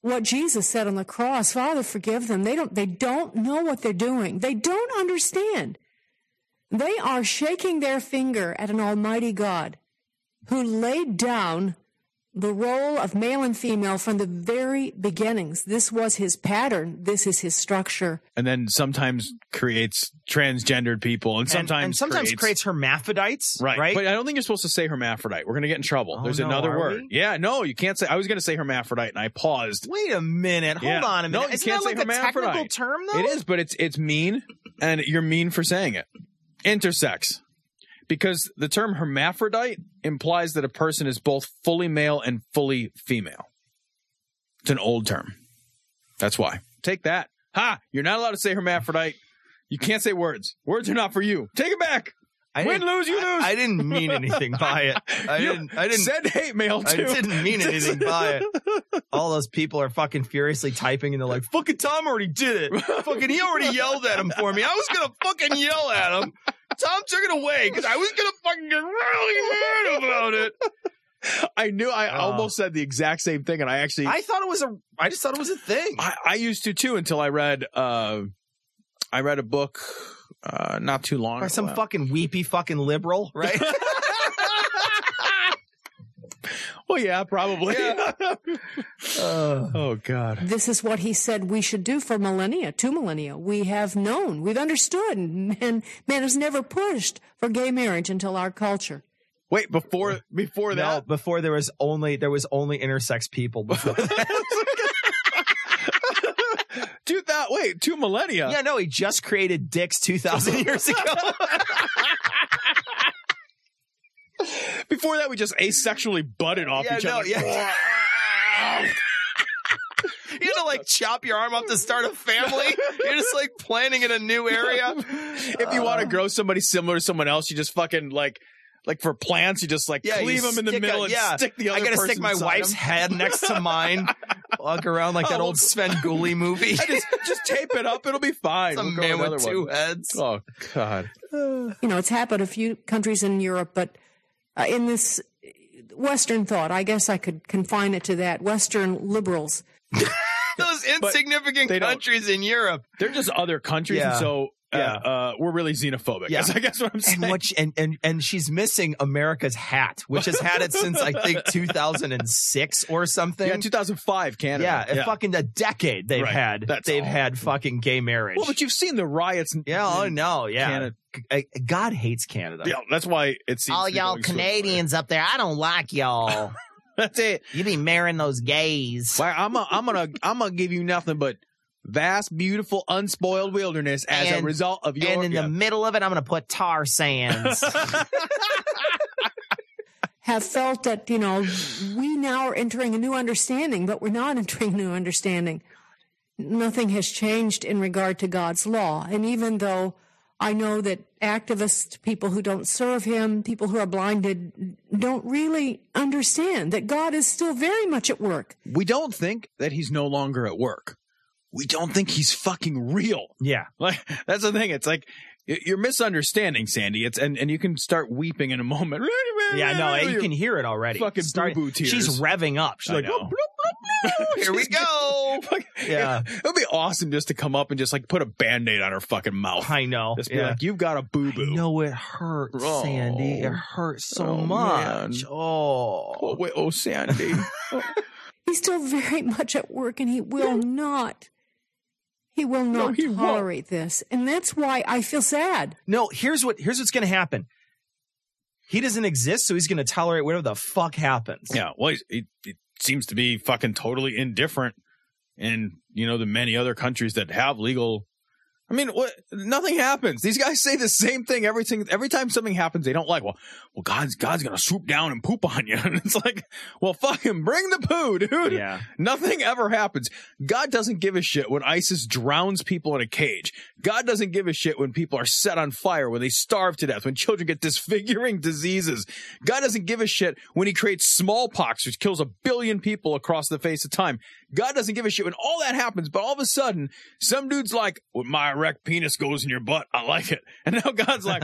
what jesus said on the cross father forgive them they don't they don't know what they're doing they don't understand they are shaking their finger at an almighty god who laid down the role of male and female from the very beginnings this was his pattern this is his structure
And then sometimes creates transgendered people, and
And-
sometimes
and, sometimes creates, hermaphrodites,
Right.
Right.
But I don't think you're supposed to say hermaphrodite. We're going to get in trouble.
Oh,
There's
no,
another
are
word.
we?
Yeah, no, you can't say. I was going to say hermaphrodite and I paused.
Wait a minute. Hold
Yeah.
on a
No,
minute.
you
Isn't
can't
that like
say
a technical
hermaphrodite.
term though?
It is, but it's it's mean and you're mean for saying it. Intersex. Because the term hermaphrodite implies that a person is both fully male and fully female. It's an old term. That's why. Take that. Ha! You're not allowed to say hermaphrodite. You can't say words. Words are not for you. Take it back.
I
Win,
didn't-
lose, you
I-
lose.
I didn't mean anything by
(laughs)
it. I
You
didn't.
(laughs)
I didn't.
Send hate mail
I
too.
didn't
(laughs)
mean anything by it. All those people are fucking furiously typing and they're like, fucking Tom already did it. Fucking he already yelled at him for me. I was gonna fucking yell at him. Tom took it away because I was
(laughs)
gonna fucking get really mad about it.
I knew I
Uh,
almost said the exact same thing, and I actually I,
I thought it was a I just thought it was a thing.
I, used to too until I read uh I read a book uh not too long
By some
ago.
fucking weepy fucking liberal,
(laughs)
right?
Well, yeah, probably.
Uh,
oh God.
this is what he said we should do for millennia, two millennia. We have known, we've understood, (laughs) and man, man has never pushed for gay marriage until our culture.
Wait, before before
no,
that.
before there was only there was only intersex people
(laughs)
before that.
Dude, that wait, two millennia.
yeah, no, he just created dicks two thousand
(laughs)
years ago.
Before that we just asexually butted off
yeah,
each
no,
other. (laughs)
Yeah. You had to like chop your arm off to start a family. You're just like planning in a new
(laughs)
area.
If you
Uh-huh.
want to grow somebody similar to someone else, you just fucking like like for plants, you just like
Yeah, you
cleave them in the
stick a-
middle and
yeah.
stick the other
I gotta stick
person's
my
side
wife's
up.
head next
(laughs)
to mine, walk around like
Oh,
that
well,
old Sven Gulli movie.
(laughs) I just just tape it up. It'll be fine.
Some
We'll grow
man with
another
two
one. (laughs)
heads.
Oh God!
You know, it's happened a few countries in Europe, but uh, in this Western thought, I guess I could confine it to that Western liberals
those insignificant
they don't-
countries in Europe.
They're just other countries,
Yeah.
and so uh,
Yeah.
uh, we're really xenophobic.
Yeah.
Yes, I guess what I'm saying.
And, what she- and and and she's missing America's hat, which has had it since I think 2006 or something.
Yeah, 2005 Canada.
Yeah,
Yeah.
fucking a decade they've
Right.
had.
That's
they've
all.
had fucking gay marriage.
well, but you've seen the riots. In,
yeah, oh
in
no, yeah.
Canada.
I- God hates Canada.
Yeah, that's why it seems.
All
to be
y'all
going so-
Canadians up there, I don't like y'all.
(laughs) That's it.
you be marrying those gays.
Like, I'm a, I'm gonna I'm gonna give you nothing but vast, beautiful, unspoiled wilderness as
And-
a result of your.
And in the middle
(laughs)
of it, I'm going to put tar sands.
have felt that you know we now are entering a new understanding, but we're not (laughs) entering a new understanding. Nothing has changed in regard to God's law, and even though I know that activists, people who don't serve Him, people who are blinded, don't really understand that God is still very much at work.
yeah. we don't think that he's no longer at work. We don't think he's fucking real.
Yeah.
(laughs) Like that's the thing. It's like y- you're misunderstanding, Sandy. It's and, and you can start weeping in a moment. (laughs)
Yeah, no, you
You're
can hear it already.
fucking
Start-
boo boo tears.
She's revving up. She's
I
like,
know.
"Oh,
Here we (laughs) go.
Yeah.
It would be awesome just to come up and just like put a band aid on her fucking mouth.
I know.
Just be
yeah.
like, you've got a boo
I
boo.
know it hurts,
Oh.
Sandy. It hurts so
Oh, man.
much. Oh.
Oh, wait, oh, Sandy.
He's still (laughs) very much at work and he will not he will
No,
not
he won't.
tolerate this. And that's why I feel sad.
No, here's what here's what's gonna happen. He doesn't exist, so he's gonna tolerate whatever the fuck happens.
yeah. Well, he's, he, he seems to be fucking totally indifferent in, you know, the many other countries that have legal. I mean, what? Nothing happens. These guys say the same thing every thing, every time something happens. They don't like. Well, well, God's God's gonna swoop down and poop on you. (laughs) And it's like, well, fucking bring the poo, dude.
Yeah.
Nothing ever happens. God doesn't give a shit when ISIS drowns people in a cage. God doesn't give a shit when people are set on fire, when they starve to death, when children get (laughs) disfiguring diseases. God doesn't give a shit when he creates smallpox, which kills a billion people across the face of time. God doesn't give a shit when all that happens, but all of a sudden, some dude's like, when my erect penis goes in your butt, I like it. (laughs) And now
(laughs)
God's like,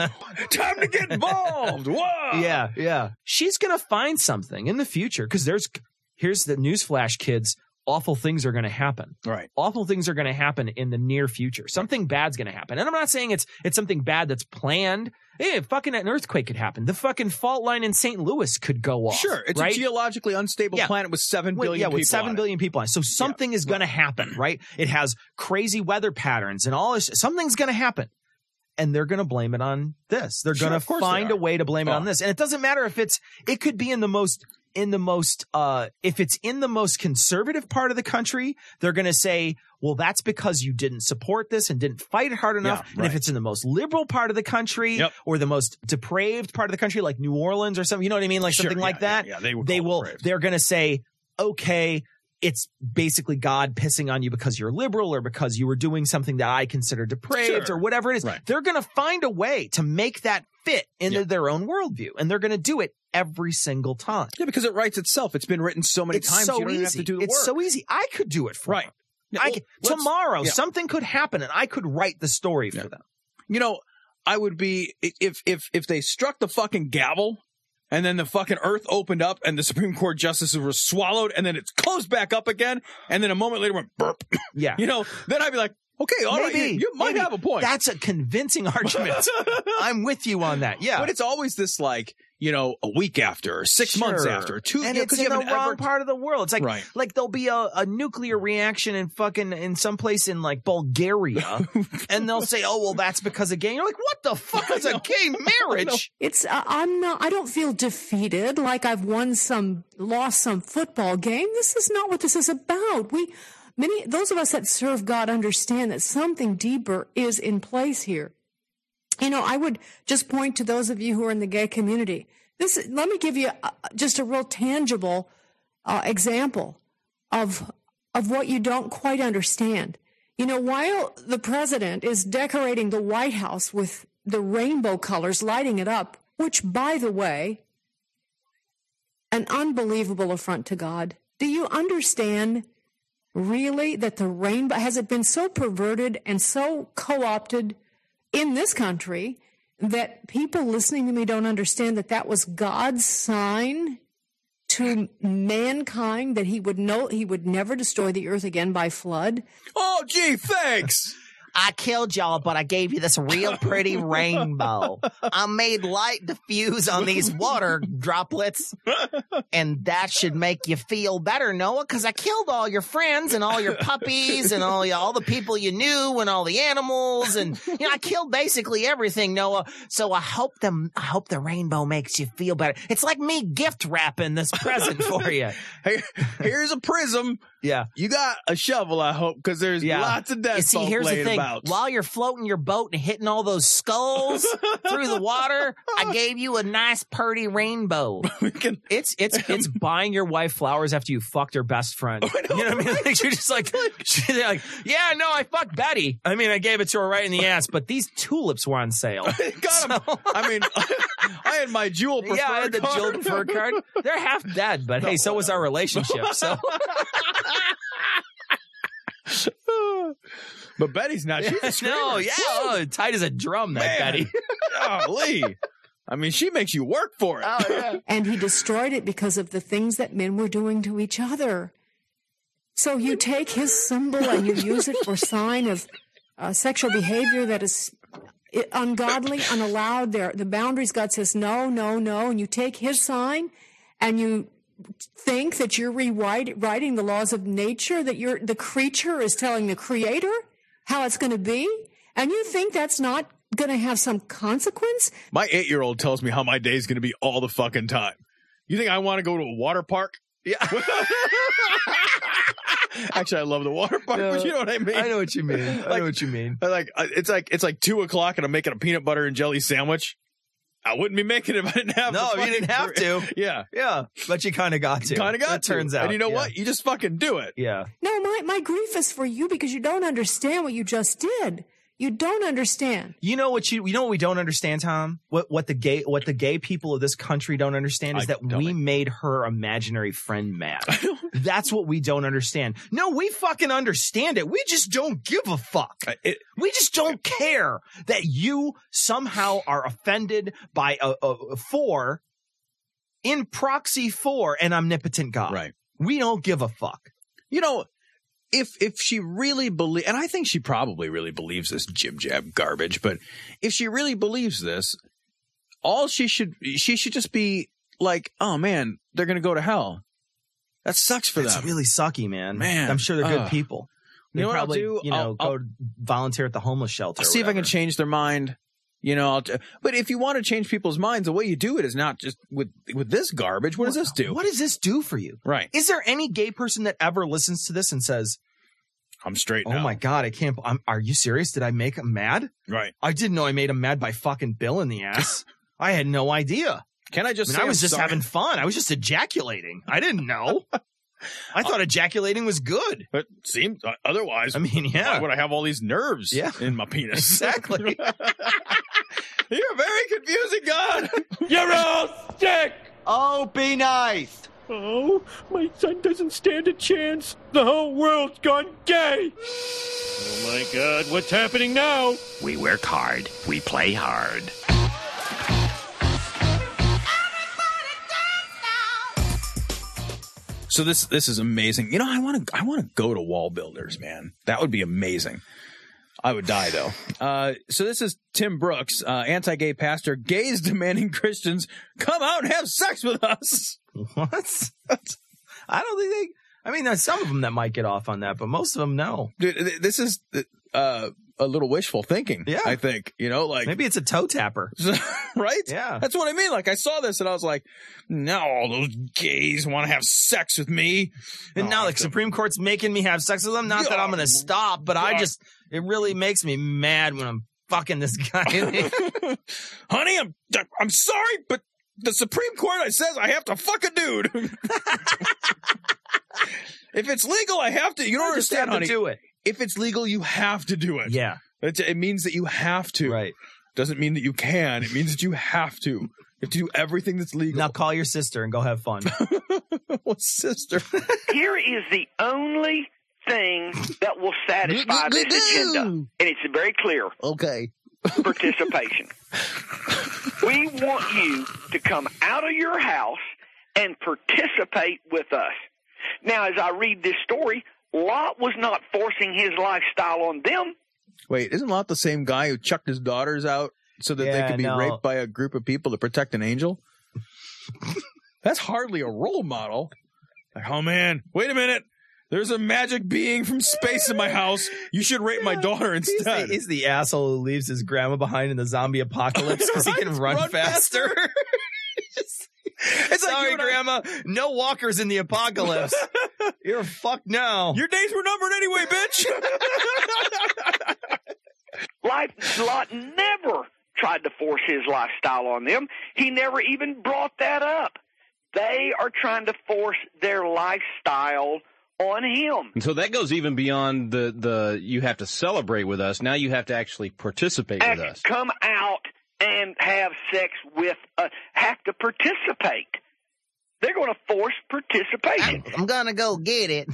time to get involved. Whoa.
Yeah, yeah. She's gonna find something in the future because there's here's the newsflash, kids. Awful things are gonna happen.
Right.
Awful things are gonna happen in the near future. Something bad's gonna happen. And I'm not saying it's it's something bad that's planned. Hey, fucking an earthquake could happen. The fucking fault line in St. Louis could go off.
Sure. It's
right?
a geologically unstable
Yeah.
planet with 7
With-
billion
yeah,
people.
with
on
seven
it.
billion people on it. So something is going to happen, right? It has crazy weather patterns and all this. Something's going to happen. And they're going to blame it on this. They're
Sure,
going
of
to
course they
find
are.
a way to blame it
Oh.
on this. And it doesn't matter if it's, it could be in the most, in the most, uh, if it's in the most conservative part of the country, they're going to say, well, that's because you didn't support this and didn't fight it hard enough.
Yeah,
And if
right.
it's in the most liberal part of the country
Yep.
or the most depraved part of the country, like New Orleans or something, you know what I mean? Like
Sure,
something
yeah,
like
yeah,
that
Yeah, they, would
they
call it
will
brave.
they're going to say okay it's basically god pissing on you because you're liberal or because you were doing something that i consider depraved
Sure.
or whatever it is
Right.
they're going to find a way to make that fit into
Yeah.
their own worldview and they're going to do it every single time
Yeah, because it writes itself. It's been written so many
it's
times.
so
you don't
easy
even have to do the
it's
work.
so easy i could do it for
right.
them.
Yeah,
I
well,
could-
let's-
tomorrow
yeah.
something could happen and i could write the story
Yeah.
for them
you know, I would be if if if they struck the fucking gavel and then the fucking earth opened up and the Supreme Court justices were swallowed and then it's closed back up again and then a moment later went burp.
(coughs) yeah
You know, then I'd be like, okay, all right,
Maybe,
you, you might
maybe.
have a point.
that's a convincing
(laughs)
argument i'm with you on that yeah
But
(laughs)
it's always this like, you know, a week after, or six months
Sure.
after, or two.
and
you know,
it's
'cause
in
you
the
have
wrong
an ever-
part of the world. It's like
Right.
like there'll be a, a nuclear reaction in fucking in some place in like (laughs) Bulgaria, and they'll say, "Oh well, that's because of gay." You're like, "What the (laughs) fuck is a gay marriage?"
It's um, I- I'm not I don't feel defeated like I've won some lost some football game. This is not what this is about. We many those of us that serve God understand that something deeper is in place here. You know, I would just point to those of you who are in the gay community. This let me give you uh, just a real tangible uh, example of of what you don't quite understand. You know, while the president is decorating the White House with the rainbow colors, lighting it up, which, by the way, an unbelievable affront to God. Do you understand really that the rainbow has it been so perverted and so co opted in this country that people listening to me don't understand that that was God's sign to mankind that he would know he would never destroy the earth again by flood.
Oh, gee, thanks.
(laughs) I killed y'all, but I gave you this real
(laughs)
pretty rainbow. I made light diffuse on these water droplets, and that should make you feel better, Noah, because I killed all your friends and all your puppies and all, all the people you knew and all the animals, and you know I killed basically everything, Noah. So I hope the I hope the rainbow makes you feel better. It's like me gift wrapping this present for
(laughs)
you.
Here- here's a prism.
Yeah.
You got a shovel, I hope, because there's lots of
You
death
see, here's the
laying
thing.
about.
While you're floating your boat and hitting all those skulls through the water,
(laughs)
I gave you a nice purty rainbow.
It's
(laughs)
it's it's buying your wife flowers after you fucked her best friend. You know what (laughs) I mean?
(laughs)
Like, (laughs) you're just like, (laughs) she, they're like, yeah, no, I fucked Betty. I mean, I gave it to her right in the ass, but these tulips were on (laughs) sale.
Got 'em.
(laughs)
I mean, I had my jewel preferred
yeah, I had the
card.
Jill preferred (laughs) card. They're half dead, but hey, so was our relationship. So
(laughs) But Betty's not.
(laughs)
She's a
no,
screamer.
yeah, oh, tight as a drum, that
Man.
Betty.
(laughs) Golly. I mean, she makes you work for it.
(laughs) And he destroyed it because of the things that men were doing to each other. So you take his symbol and you use it for sign of uh, sexual behavior that is i- ungodly, unallowed. There, the boundaries. God says no, no, no, and you take his sign and you think that you're rewriting the laws of nature. That you're the creature is telling the creator how it's going to be, and you think that's not going to have some consequence.
My eight year old tells me how my day's going to be all the fucking time. You think I want to go to a water park?
(laughs)
Yeah. (laughs) Actually, I love the water park, but you know what I mean.
I know what you mean. I know what you mean.
I Like I- it's like it's like two o'clock, and I'm making a peanut butter and jelly sandwich. I wouldn't be making it if I didn't have.
No,
the
if you didn't have
fucking-
to.
Yeah,
Yeah, but you kind of got to.
kind of got.
It turns
to.
out.
and you know
yeah.
what? You just fucking do it.
Yeah.
No, my, my grief is for you because you don't understand what you just did. You don't understand.
You know what you you know what we don't understand, Tom? What what the gay what the gay people of this country don't understand is
I- e-
that
tell
we
me.
made her imaginary friend
(laughs)
mad.
e-
That's what we don't understand. No, we fucking understand it. We just don't give a fuck.
I- it-
We just don't care that you somehow are offended by a, a, a for in proxy for an omnipotent God.
Right.
We don't give a fuck.
you know, if if she really believe, and I think she probably really believes this jib jab garbage, but if she really believes this, all she should she should just be like, oh man, they're gonna go to hell. That sucks for
That's
them.
really sucky, man.
Man,
I'm sure they're good
ugh.
people.
You
They
know what I'll
probably,
do?
You know,
I'll-
go volunteer at the homeless shelter.
I'll
or
see if I can
whatever.
change their mind. You know, I'll t- but if you want to change people's minds, the way you do it is not just with with this garbage. What does this do?
What does this do for you?
Right,
Is there any gay person that ever listens to this and says,
I'm straight
"Oh
now.
my god, I can't. I'm, are you serious? Did I make him mad?
Right?
I didn't know I made him mad by fucking Bill in the
(laughs)
ass. I had no idea.
Can I
I,
just?
mean,
say
I was
I'm
just
sorry?
having fun. I was just ejaculating. I didn't
(laughs)
know. I thought ejaculating was good.
But seems uh, otherwise.
I mean,
Why
yeah,
would I have all these nerves
Yeah.
in my penis?
exactly.
(laughs) You're a very confusing God.
(laughs)
You're all sick!
Oh, be nice.
Oh, my son doesn't stand a chance. The whole world's gone gay. Oh my god, what's happening now?
We work hard, we play hard.
So this this is amazing. You know, I want to I want to go to wall builders, man. That would be amazing. I would die though. Uh, so this is Tim Brooks, uh, anti-gay pastor. Gays demanding Christians come out and have sex with us.
what? I don't think they. I mean, there's some of them that might get off on that, but most of them no.
Dude, th- this is uh, a little wishful thinking.
Yeah.
I think you know, like
Maybe it's a toe tapper.
(laughs) right?
Yeah.
That's what I mean. Like I saw this and I was like, now all those gays want to have sex with me.
And
Oh,
now the
that's a-
Supreme Court's making me have sex with them. Not that I'm going to stop, but I
God.
just, it really makes me mad when I'm fucking this guy.
(laughs) honey, I'm (laughs) I'm sorry, but the Supreme Court says I have to fuck a dude. if it's legal, I have to. You don't
I just
understand,
have
honey.
to do it.
if it's legal, you have to do it.
Yeah.
It, it means that you have to.
Right.
Doesn't mean that you can. It means that you have to. You have to do everything that's legal.
Now call your sister and go have fun.
(laughs) Well, sister.
Here is the only thing that will satisfy this agenda, and it's very clear
Oh.
okay.
participation. we want you to come out of your house and participate with us. Now, as I read this story, Lot was not forcing his lifestyle on them.
Wait, isn't Lot the same guy who chucked his daughters out so that they
Yeah,
could be
no.
raped by a group of people to protect an angel? That's hardly a role model. Like, oh man, wait a minute. There's a magic being from space in my house. You should rape my daughter
He's the,
instead.
he's the asshole who leaves his grandma behind in the zombie apocalypse
(laughs)
because he can run, faster. it's Sorry, grandma. No walkers in the
(laughs)
apocalypse. You're fucked now.
Your days were numbered anyway, bitch.
Life, Lot never tried to force his lifestyle on them. He never even brought that up. They are trying to force their lifestyle on him.
And so that goes even beyond the, the you have to celebrate with us. Now you have to actually participate with us.
Come out and have sex with us. Have to participate. They're going to force participation.
I'm gonna go get it.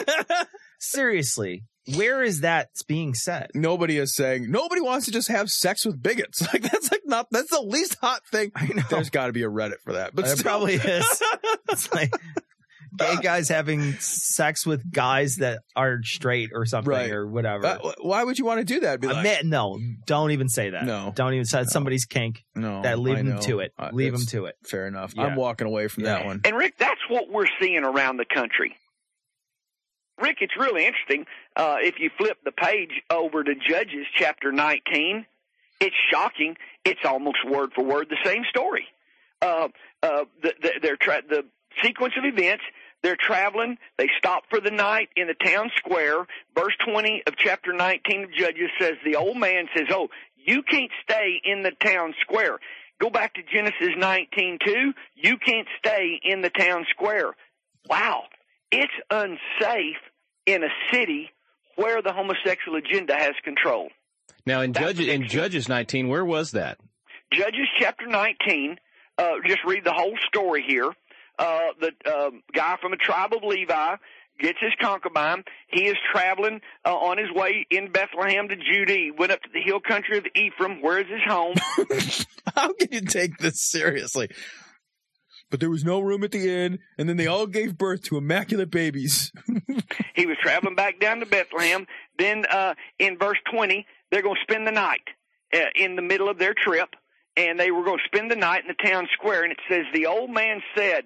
(laughs) Seriously, where is that being said?
Nobody is saying nobody wants to just have sex with bigots. (laughs) Like that's like not that's the least hot thing. I know. There's got to be a Reddit for that, but
There
still.
probably
(laughs)
is. It's like gay guys having sex with guys that are straight or something or whatever.
Uh, wh- why would you want to do that? Be like-
Admit- no, don't even say that. No, don't even say somebody's kink.
No,
that leave
I
them
know.
to it.
Uh,
leave them
it's-
to it.
Fair enough.
Yeah.
I'm walking away from that one. (laughs)
And Rick, that's what we're seeing around the country. Rick, it's really interesting. Uh, if you flip the page over to Judges chapter 19, it's shocking. It's almost word for word the same story. Uh, uh, the, the, they're tra- the sequence of events. They're traveling. They stop for the night in the town square. Verse 20 of chapter 19 of Judges says, The old man says, Oh, you can't stay in the town square. Go back to Genesis 19:2. You can't stay in the town square. Wow, it's unsafe in a city where the homosexual agenda has control.
Now in Judges in Judges 19, where was that?
Judges chapter 19. Uh, just read the whole story here. Uh, the um guy from the tribe of Levi gets his concubine. He is traveling uh, on his way in Bethlehem to Judah. He went up to the hill country of Ephraim, where is his home.
How can you take this seriously? But there was no room at the inn, and then they all gave birth to immaculate babies. (laughs)
he was traveling back down to Bethlehem. Then uh, in verse 20, they're going to spend the night uh, in the middle of their trip, and they were going to spend the night in the town square. And it says, The old man said,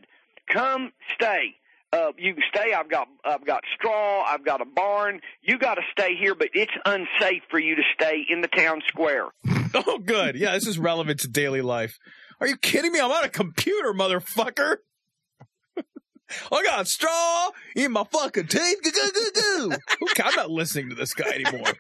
Come stay. Uh, you can stay. I've got I've got straw. I've got a barn. You got to stay here, but it's unsafe for you to stay in the town square.
(laughs) oh, good. Yeah, this is relevant to daily life. Are you kidding me? I'm on a computer, motherfucker. (laughs) I got straw in my fucking teeth. Goo, goo, goo, goo. Okay, I'm not listening to this guy anymore.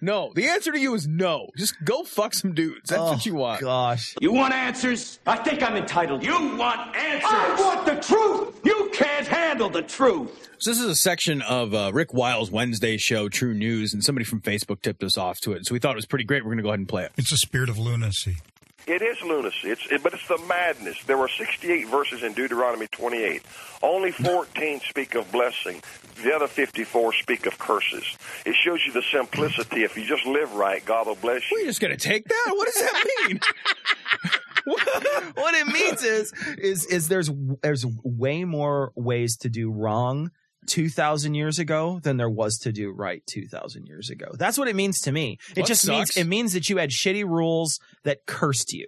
No, the answer to you is no. Just go fuck some dudes. That's what you want.
Gosh,
you want answers? I think I'm entitled.
You want answers. I want the truth. You can't handle the truth.
So this is a section of uh, Rick Wiles' Wednesday show, True News, and somebody from Facebook tipped us off to it. So we thought it was pretty great. We're going to go ahead and play it.
It's a spirit of lunacy.
It is lunacy. It's it, but it's the madness. There were 68 verses in Deuteronomy 28. Only 14 (laughs) speak of blessing. The other 54 speak of curses. It shows you the simplicity. If you just live right, God will bless you.
We're just going to take (laughs) that. What does that mean?
(laughs) what it means is is is there's there's way more ways to do wrong 2000 years ago than there was to do right 2000 years ago that's what it means to me it
That
just means
sucks.
it means that you had shitty rules that cursed you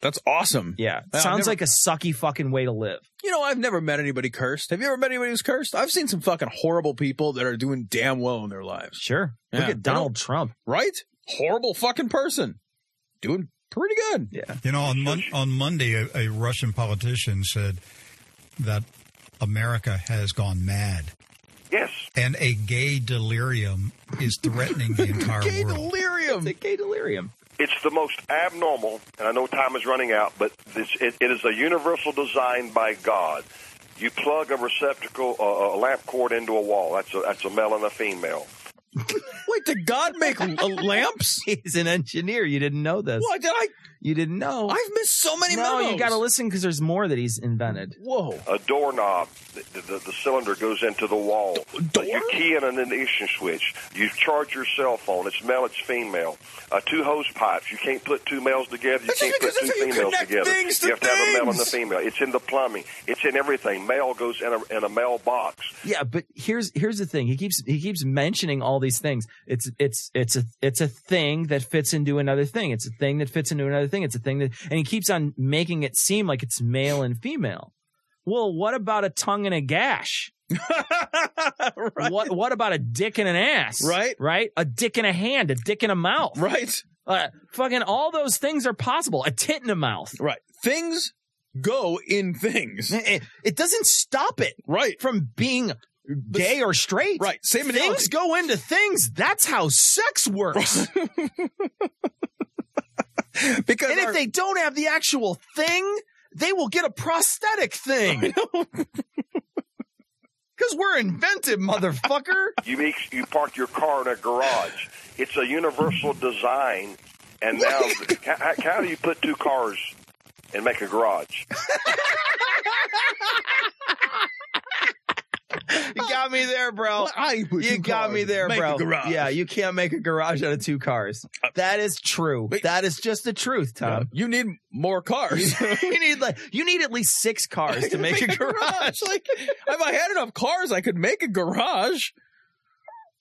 that's awesome
yeah
I've
sounds
never-
like a sucky fucking way to live
You know, I've never met anybody cursed. Have you ever met anybody who's cursed? I've seen some fucking horrible people that are doing damn well in their lives.
Sure. Look at Donald Trump.
Right? Horrible fucking person. Doing pretty good.
Yeah.
You know, on mon- on Monday, a, a Russian politician said that America has gone mad.
Yes.
And a gay delirium is threatening
(laughs)
the entire world.
delirium.
It's a gay delirium.
It's the most abnormal, and I know time is running out, but this, it, it is a universal design by God. You plug a receptacle, uh, a lamp cord into a wall. That's a, that's a male and a female.
Wait, did God make l- lamps?
(laughs) He's an engineer. You didn't know this.
What? Did I?
you didn't know.
I've missed so many
No, you
memos.
got to listen because there's more that he's invented.
Whoa.
A doorknob, the, the, the cylinder goes into the wall. You key in an ignition switch. You charge your cell phone. It's male, it's female. Uh, two hose pipes. You can't put two males together. You can't put two females together.
things to
you have to have a male and a
things.
female. It's in the plumbing. It's in everything. Male goes in a, in a male box.
Yeah, but here's here's the thing. He keeps he keeps mentioning all these things. It's it's it's a it's a thing that fits into another thing. It's a thing that fits into another thing. It's a thing that and he keeps on making it seem like it's male and female. Well, what about a tongue and a
(laughs)
gash? What what about a dick and an ass? Right? Right? A dick and a hand, a dick and a mouth.
Right.
Uh, fucking all those things are possible. A tit and a mouth.
Right. Things go in things.
It, it doesn't stop it.
Right.
From being gay or straight.
Right. Same
Things
analogy.
go into things. That's how sex works.
(laughs) because
and if they don't have the actual thing, they will get a prosthetic thing. Because we're inventive, motherfucker.
(laughs) You make, you park your car in a garage. It's a universal design. And now, how, how do you put two cars and make a garage?
Uh,
You got me there, bro. you
two
got
cars
me there,
make a
bro.
garage. Uh,
Yeah, you can't make a garage out of two cars. That is true. that is just the truth, Tom.
you need more cars.
(laughs)
(laughs)
you need like you need at least six cars to make a garage.
like, if I had enough cars, I could make a garage.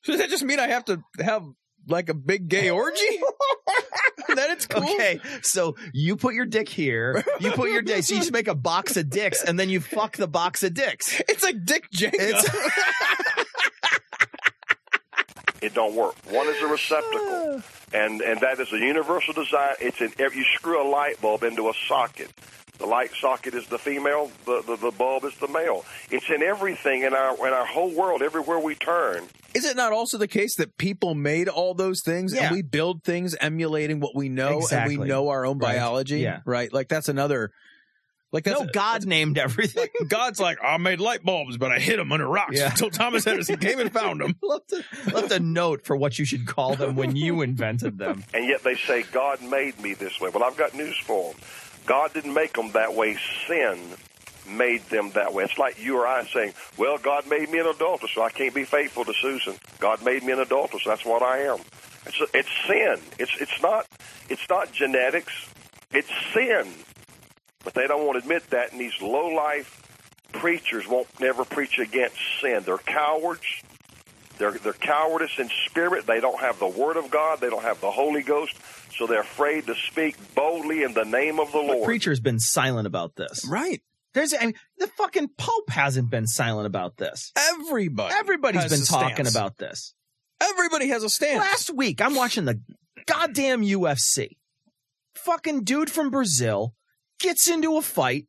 So does that just mean I have to have like a big gay orgy? (laughs) then it's cool.
Okay, so you put your dick here. You put
(laughs)
your dick. So you just make a box of dicks, and then you fuck the box of dicks.
It's like Dick Jenga.
It don't work. One is a receptacle, and and that is a universal design. It's in ev- you screw a light bulb into a socket. The light socket is the female. The, the the bulb is the male. It's in everything in our in our whole world. Everywhere we turn,
Is it not also the case that people made all those things
Yeah.
and we build things emulating what we know and
Exactly.
we know our own
Right.
biology?
Yeah.
Right. Like that's another. Like that's
No, God named everything.
God's like, I made light bulbs, but I hid them under rocks
Yeah.
until Thomas Edison came and found (laughs)
(laughs)
them.
left, a, left a note for what you should call them when you invented them.
and yet they say God made me this way. Well, I've got news for them. God didn't make them that way. Sin made them that way. It's like you or I saying, "Well, God made me an adulteress, so I can't be faithful to Susan. God made me an adulteress. That's what I am." It's it's sin. It's it's not it's not genetics. It's sin. But they don't want to admit that, and these low life preachers won't never preach against sin. They're cowards. They're, they're cowardice in spirit. They don't have the Word of God. They don't have the Holy Ghost. So they're afraid to speak boldly in the name of the
The
Lord.
preacher's been silent about this.
Right.
There's, I mean, the fucking Pope hasn't been silent about this.
Everybody.
Everybody's
has
been
a
talking
stance.
about this.
Everybody has a stance.
Last week, I'm watching the goddamn UFC. Fucking dude from Brazil gets into a fight,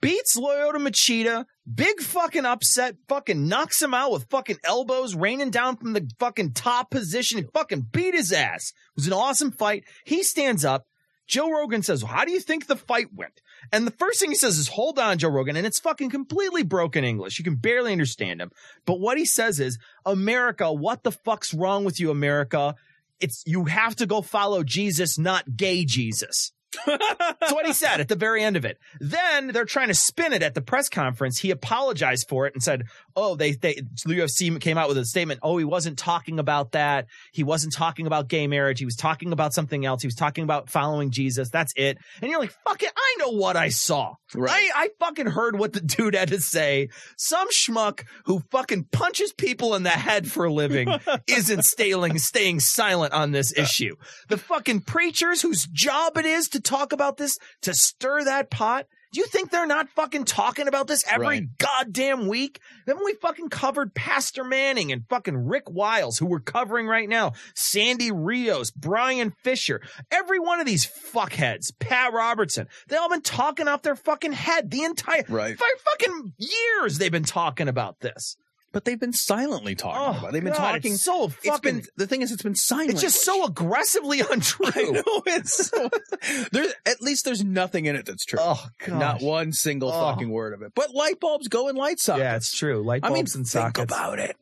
beats Loyola Machida, big fucking upset, fucking knocks him out with fucking elbows raining down from the fucking top position and fucking beat his ass. It was an awesome fight. He stands up. Joe Rogan says, How do you think the fight went? And the first thing he says is, Hold on, Joe Rogan. And it's fucking completely broken English. You can barely understand him. But what he says is, America, what the fuck's wrong with you, America? It's you have to go follow Jesus, not gay Jesus. That's what he said at the very end of it. Then they're trying to spin it at the press conference. He apologized for it and said, "Oh, they they the UFC came out with a statement. Oh, he wasn't talking about that. He wasn't talking about gay marriage. He was talking about something else. He was talking about following Jesus. That's it." And you're like, "Fuck it, I know what I saw. I I fucking heard what the dude had to say. Some schmuck who fucking punches people in the head for a living isn't staying staying silent on this issue. The fucking preachers whose job it is to talk about this, to stir that pot. Do you think they're not fucking talking about this every goddamn week? Then we fucking covered Pastor Manning and fucking Rick Wiles, who we're covering right now, Sandy Rios, Brian Fisher, every one of these fuckheads, Pat Robertson, they all been talking off their fucking head the entire
Right.
for fucking years they've been talking about this.
But they've been silently talking
Oh,
about it. They've been
God,
talking
it's so
it's
fucking-
been- the thing is, it's been silent.
It's just so aggressively untrue.
I
(laughs)
know it's. So, (laughs) there's at least there's nothing in it that's true.
Oh, gosh.
not one single
Oh.
fucking word of it. But light bulbs go in light sockets.
Yeah, it's true. Light
I
bulbs
mean,
and
think
sockets. (laughs)
about it.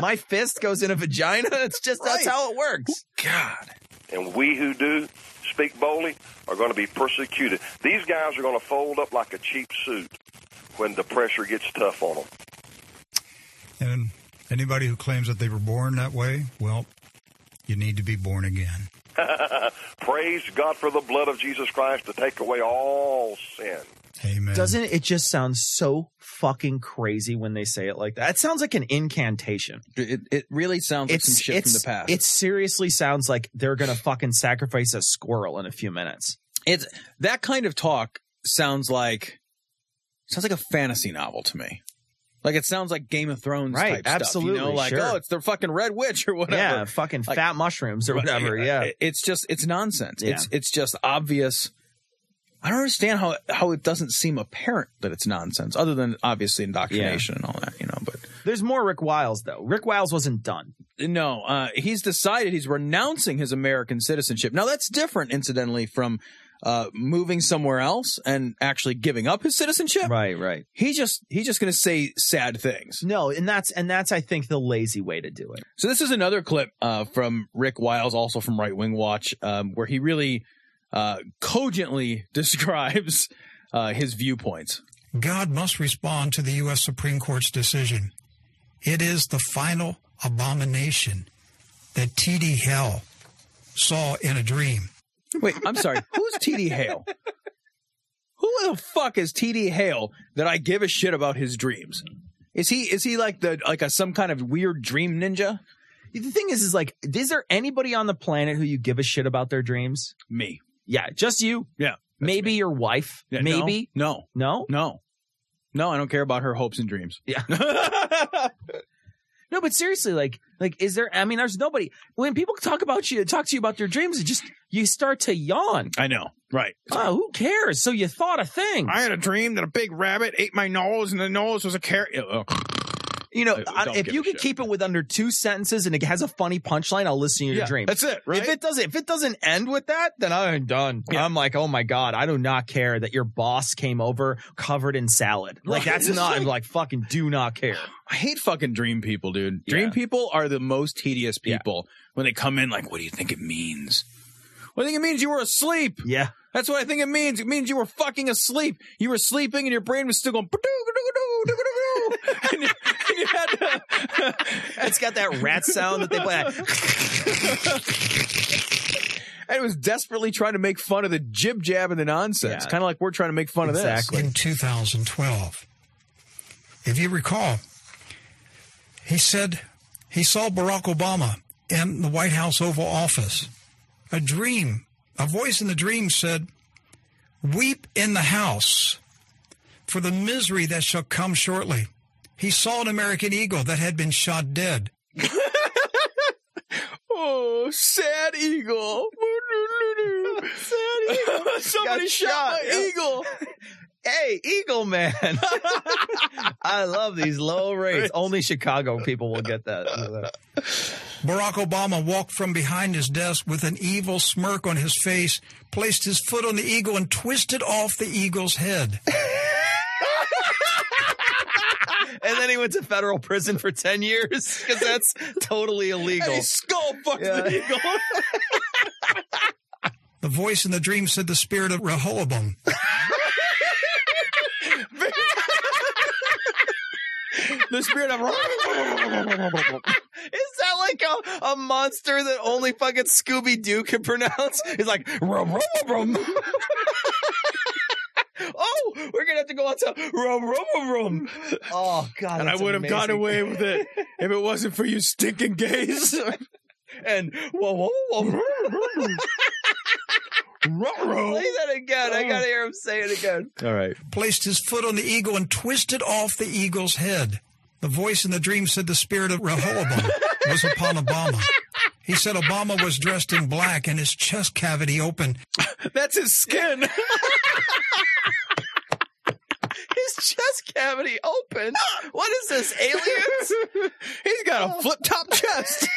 My fist goes in a vagina. It's just that's
Right.
how it works.
God,
And we who do speak boldly are going to be persecuted. These guys are going to fold up like a cheap suit when the pressure gets tough on them.
And anybody who claims that they were born that way, well, you need to be born again.
(laughs) Praise God for the blood of Jesus Christ to take away all sin.
Doesn't it just sound so fucking crazy when they say it like that? It sounds like an incantation.
It, it really sounds like some shit from the past.
It seriously sounds like they're gonna fucking sacrifice a squirrel in a few minutes.
It's that kind of talk sounds like sounds like a fantasy novel to me. Like it sounds like Game of Thrones
Right,
type stuff,
absolutely,
You know, like
sure.
oh, it's the fucking Red Witch or whatever.
Yeah, fucking fat mushrooms or
Right,
whatever, yeah.
it- it's just it's nonsense.
Yeah.
It's it's just obvious. I don't understand how how it doesn't seem apparent that it's nonsense, other than obviously indoctrination and all that, you know. But
There's more Rick Wiles though. Rick Wiles wasn't done.
No, uh, he's decided he's renouncing his American citizenship. Now that's different, incidentally, from uh, moving somewhere else and actually giving up his citizenship.
Right, right.
He just he's just going to say sad things.
No, and that's and that's I think the lazy way to do it.
So this is another clip uh, from Rick Wiles, also from Right Wing Watch, um, where he really uh, cogently (laughs) describes uh, his viewpoints.
God must respond to the U.S. Supreme Court's decision. It is the final abomination that T.D. Hale saw in a dream.
Wait, I'm (laughs) sorry. Who's T.D. Hale? Who the fuck is T.D. Hale that I give a shit about his dreams? Is he is he like the like a some kind of weird dream ninja?
The thing is, is like, is there anybody on the planet who you give a shit about their dreams?
Me.
Yeah, just you.
Yeah.
Maybe your wife.
Yeah, no,
maybe.
No.
No.
No. No, I don't care about her hopes and dreams.
Yeah. (laughs) No, but seriously, like, like, is there? I mean, there's nobody. When people talk about you, talk to you about their dreams, it just you start to yawn.
I know, (laughs) right?
Oh, who cares? So you thought a thing.
I had a dream that a big rabbit ate my nose, and the nose was a oh, carrot.
You know,
I-
I,
don't
if
give
you
a
could
shit.
keep it with under two sentences and it has a funny punchline, I'll listen to your
Yeah,
dream.
that's it, right?
If it doesn't, if it doesn't end with that, then I'm done. I'm like, oh my god, I do not care that your boss came over covered in salad. Like
Right,
that's (laughs)
it's
not. I'm like,
like-
fucking, do not (laughs) care.
I hate fucking dream people, dude. Dream people are the most tedious people when they come in like, what do you think it means? Well, I think it means you were asleep.
Yeah.
That's what I think it means. It means you were fucking asleep. You were sleeping and your brain was still going.
(laughs)
(laughs)
It's got that rat sound that they play.
(laughs) And it was desperately trying to make fun of the jib jab and the nonsense. Kind of like we're trying to make fun of
In
this.
2012. If you recall, he said he saw Barack Obama in the White House Oval Office. A dream, a voice in the dream said, Weep in the house for the misery that shall come shortly. He saw an American eagle that had been shot dead.
Oh, sad eagle. sad eagle. (laughs) Somebody
Got
shot,
shot,
my
yeah.
eagle.
(laughs) hey, Eagle Man. (laughs) I love these low rates. Only Chicago people will get that.
Barack Obama walked from behind his desk with an evil smirk on his face, placed his foot on the eagle, and twisted off the eagle's head.
and then he went to federal prison for 10 years because that's totally illegal.
And he
skull fucked
the
eagle.
The voice in the dream said the spirit of Rehoboam.
the spirit of
Is that like a, a monster that only fucking Scooby Doo can pronounce? He's like, rum, rum, rum. (laughs) rum." oh, we're going to have to go outside. Rum, rum, rum, rum. Oh, God.
and I
that's
would have got
amazing.
away
(laughs)
with it if it wasn't for you stinking gays.
and whoa, whoa, whoa.
Ruh-roh.
Say that again. I got to hear him say it again.
All right.
Placed his foot on the eagle and twisted off the eagle's head. The voice in the dream said the spirit of
(laughs)
Rehoboam was upon Obama. He said Obama was dressed in black and his chest cavity
(laughs)
open.
That's his skin. (laughs)
His chest cavity open. What is this, aliens?
He's got a flip top
(laughs)
chest.
Chest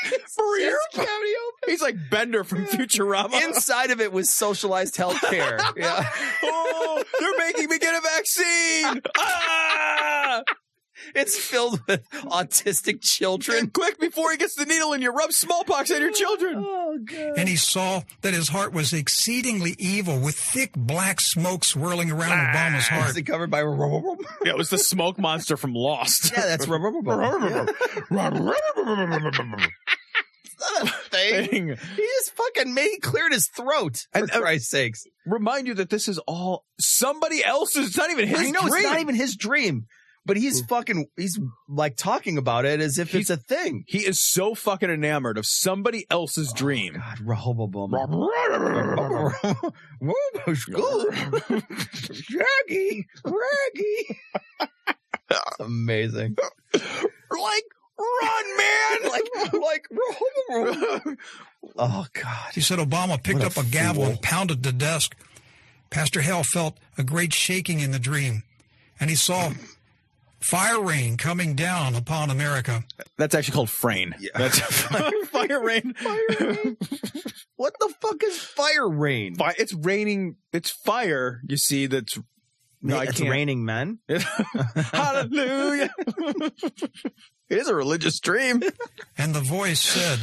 cavity
He's like Bender from Futurama.
Inside of it was socialized
(laughs)
healthcare. Yeah. (laughs)
oh, they're making me get a vaccine. Ah!
It's filled with autistic children.
Quick, before he gets the needle in you, rub smallpox on your children. Oh, God.
And he saw that his heart was exceedingly evil, with thick black smoke swirling around Obama's heart.
Ah, Is it covered by rubber?
Yeah, it was the smoke monster from Lost.
Yeah,
(laughs)
that's rubber. Not a thing. He just fucking made he cleared his throat. For Christ's sakes!
Remind you that this is all somebody else's. It's not even his.
I know
dream.
it's not even his dream, but he's fucking. He's like talking about it as if it's a thing. Oh,
He is so fucking enamored of somebody else's dream. God,
Rehoboam. Shaggy, Raggy. It's amazing.
like run, man.
like like. Oh God!
He said Obama picked up a gavel and pounded the desk. Pastor Hale felt a great shaking in the dream, and he saw fire rain coming down upon America.
That's actually called frame. Yeah. That's (laughs) fire rain.
(laughs) what the fuck is fire rain?
Fi- it's raining. It's fire. You see, that's. No, I
it's
can't.
raining
(laughs)
men.
Hallelujah. it is a
(laughs)
religious dream.
And the voice said,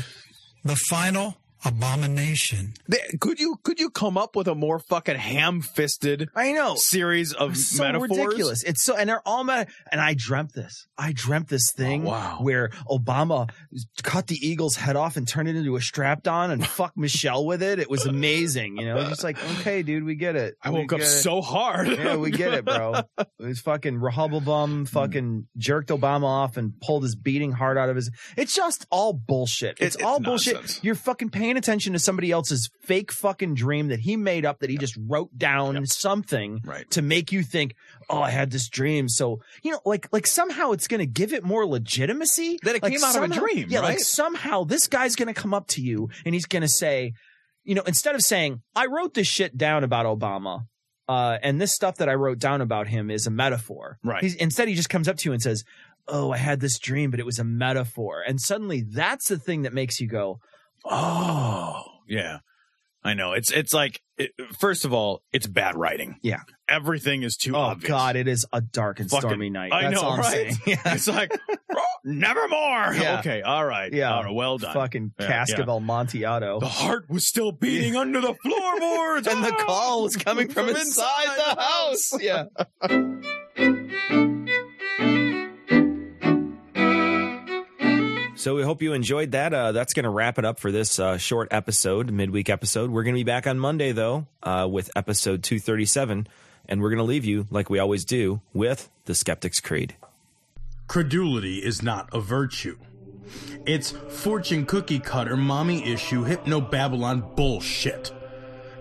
"The final abomination."
They- could you could you come up with a more fucking ham fisted
I know
series of
It's so
metaphors?
ridiculous. It's so and they're all meta- and I dreamt this. I dreamt
Oh,
this thing where Obama cut the eagle's head off and turned it into a strap on
(laughs)
and fuck Michelle with it. It was amazing. You know, just like okay, dude, we get it.
I
We
woke up
get it.
so hard.
Yeah, we get it, bro. It was fucking
Hmm.
Rehoboam fucking jerked Obama off and pulled his beating heart out of his. It's just all bullshit. It's, all bullshit. You're fucking paying attention to somebody else's fake fucking dream that he made up that he just wrote down something to make you think, oh, I had this dream. So you know, like like somehow it's gonna give it more legitimacy
That it
Like,
came out of a dream,
Yeah, like
right?
somehow this guy's gonna come up to you and he's gonna say, you know, instead of saying, I wrote this shit down about Obama, uh, and this stuff that I wrote down about him is a metaphor. Right. He's, instead, he just comes up to you and says, Oh, I had this dream, but it was a metaphor. And suddenly that's the thing that makes you go,
Oh, yeah. I know. It's it's like it, first of all, it's bad writing.
Yeah.
Everything is too
Oh,
obvious.
God, it is a dark and
Fucking-
stormy night.
I
That's
know,
all I'm
right?
saying. (laughs) Yeah.
It's like nevermore.
(laughs) Yeah.
Okay, all right.
Yeah.
All right, well done.
Fucking
Yeah,
cask
yeah.
of Almontiato.
The heart was
(laughs)
still beating under the floorboards.
and the call was coming from,
From
inside,
inside
the house. Yeah.
So we hope you enjoyed that. Uh, that's going to wrap it up for this uh, short episode, midweek episode. We're going to be back on Monday, though, uh, with episode 237. And we're going to leave you, like we always do, with the Skeptic's Creed.
(laughs) Credulity is not a virtue. It's fortune cookie cutter, mommy issue, hypno Babylon bullshit.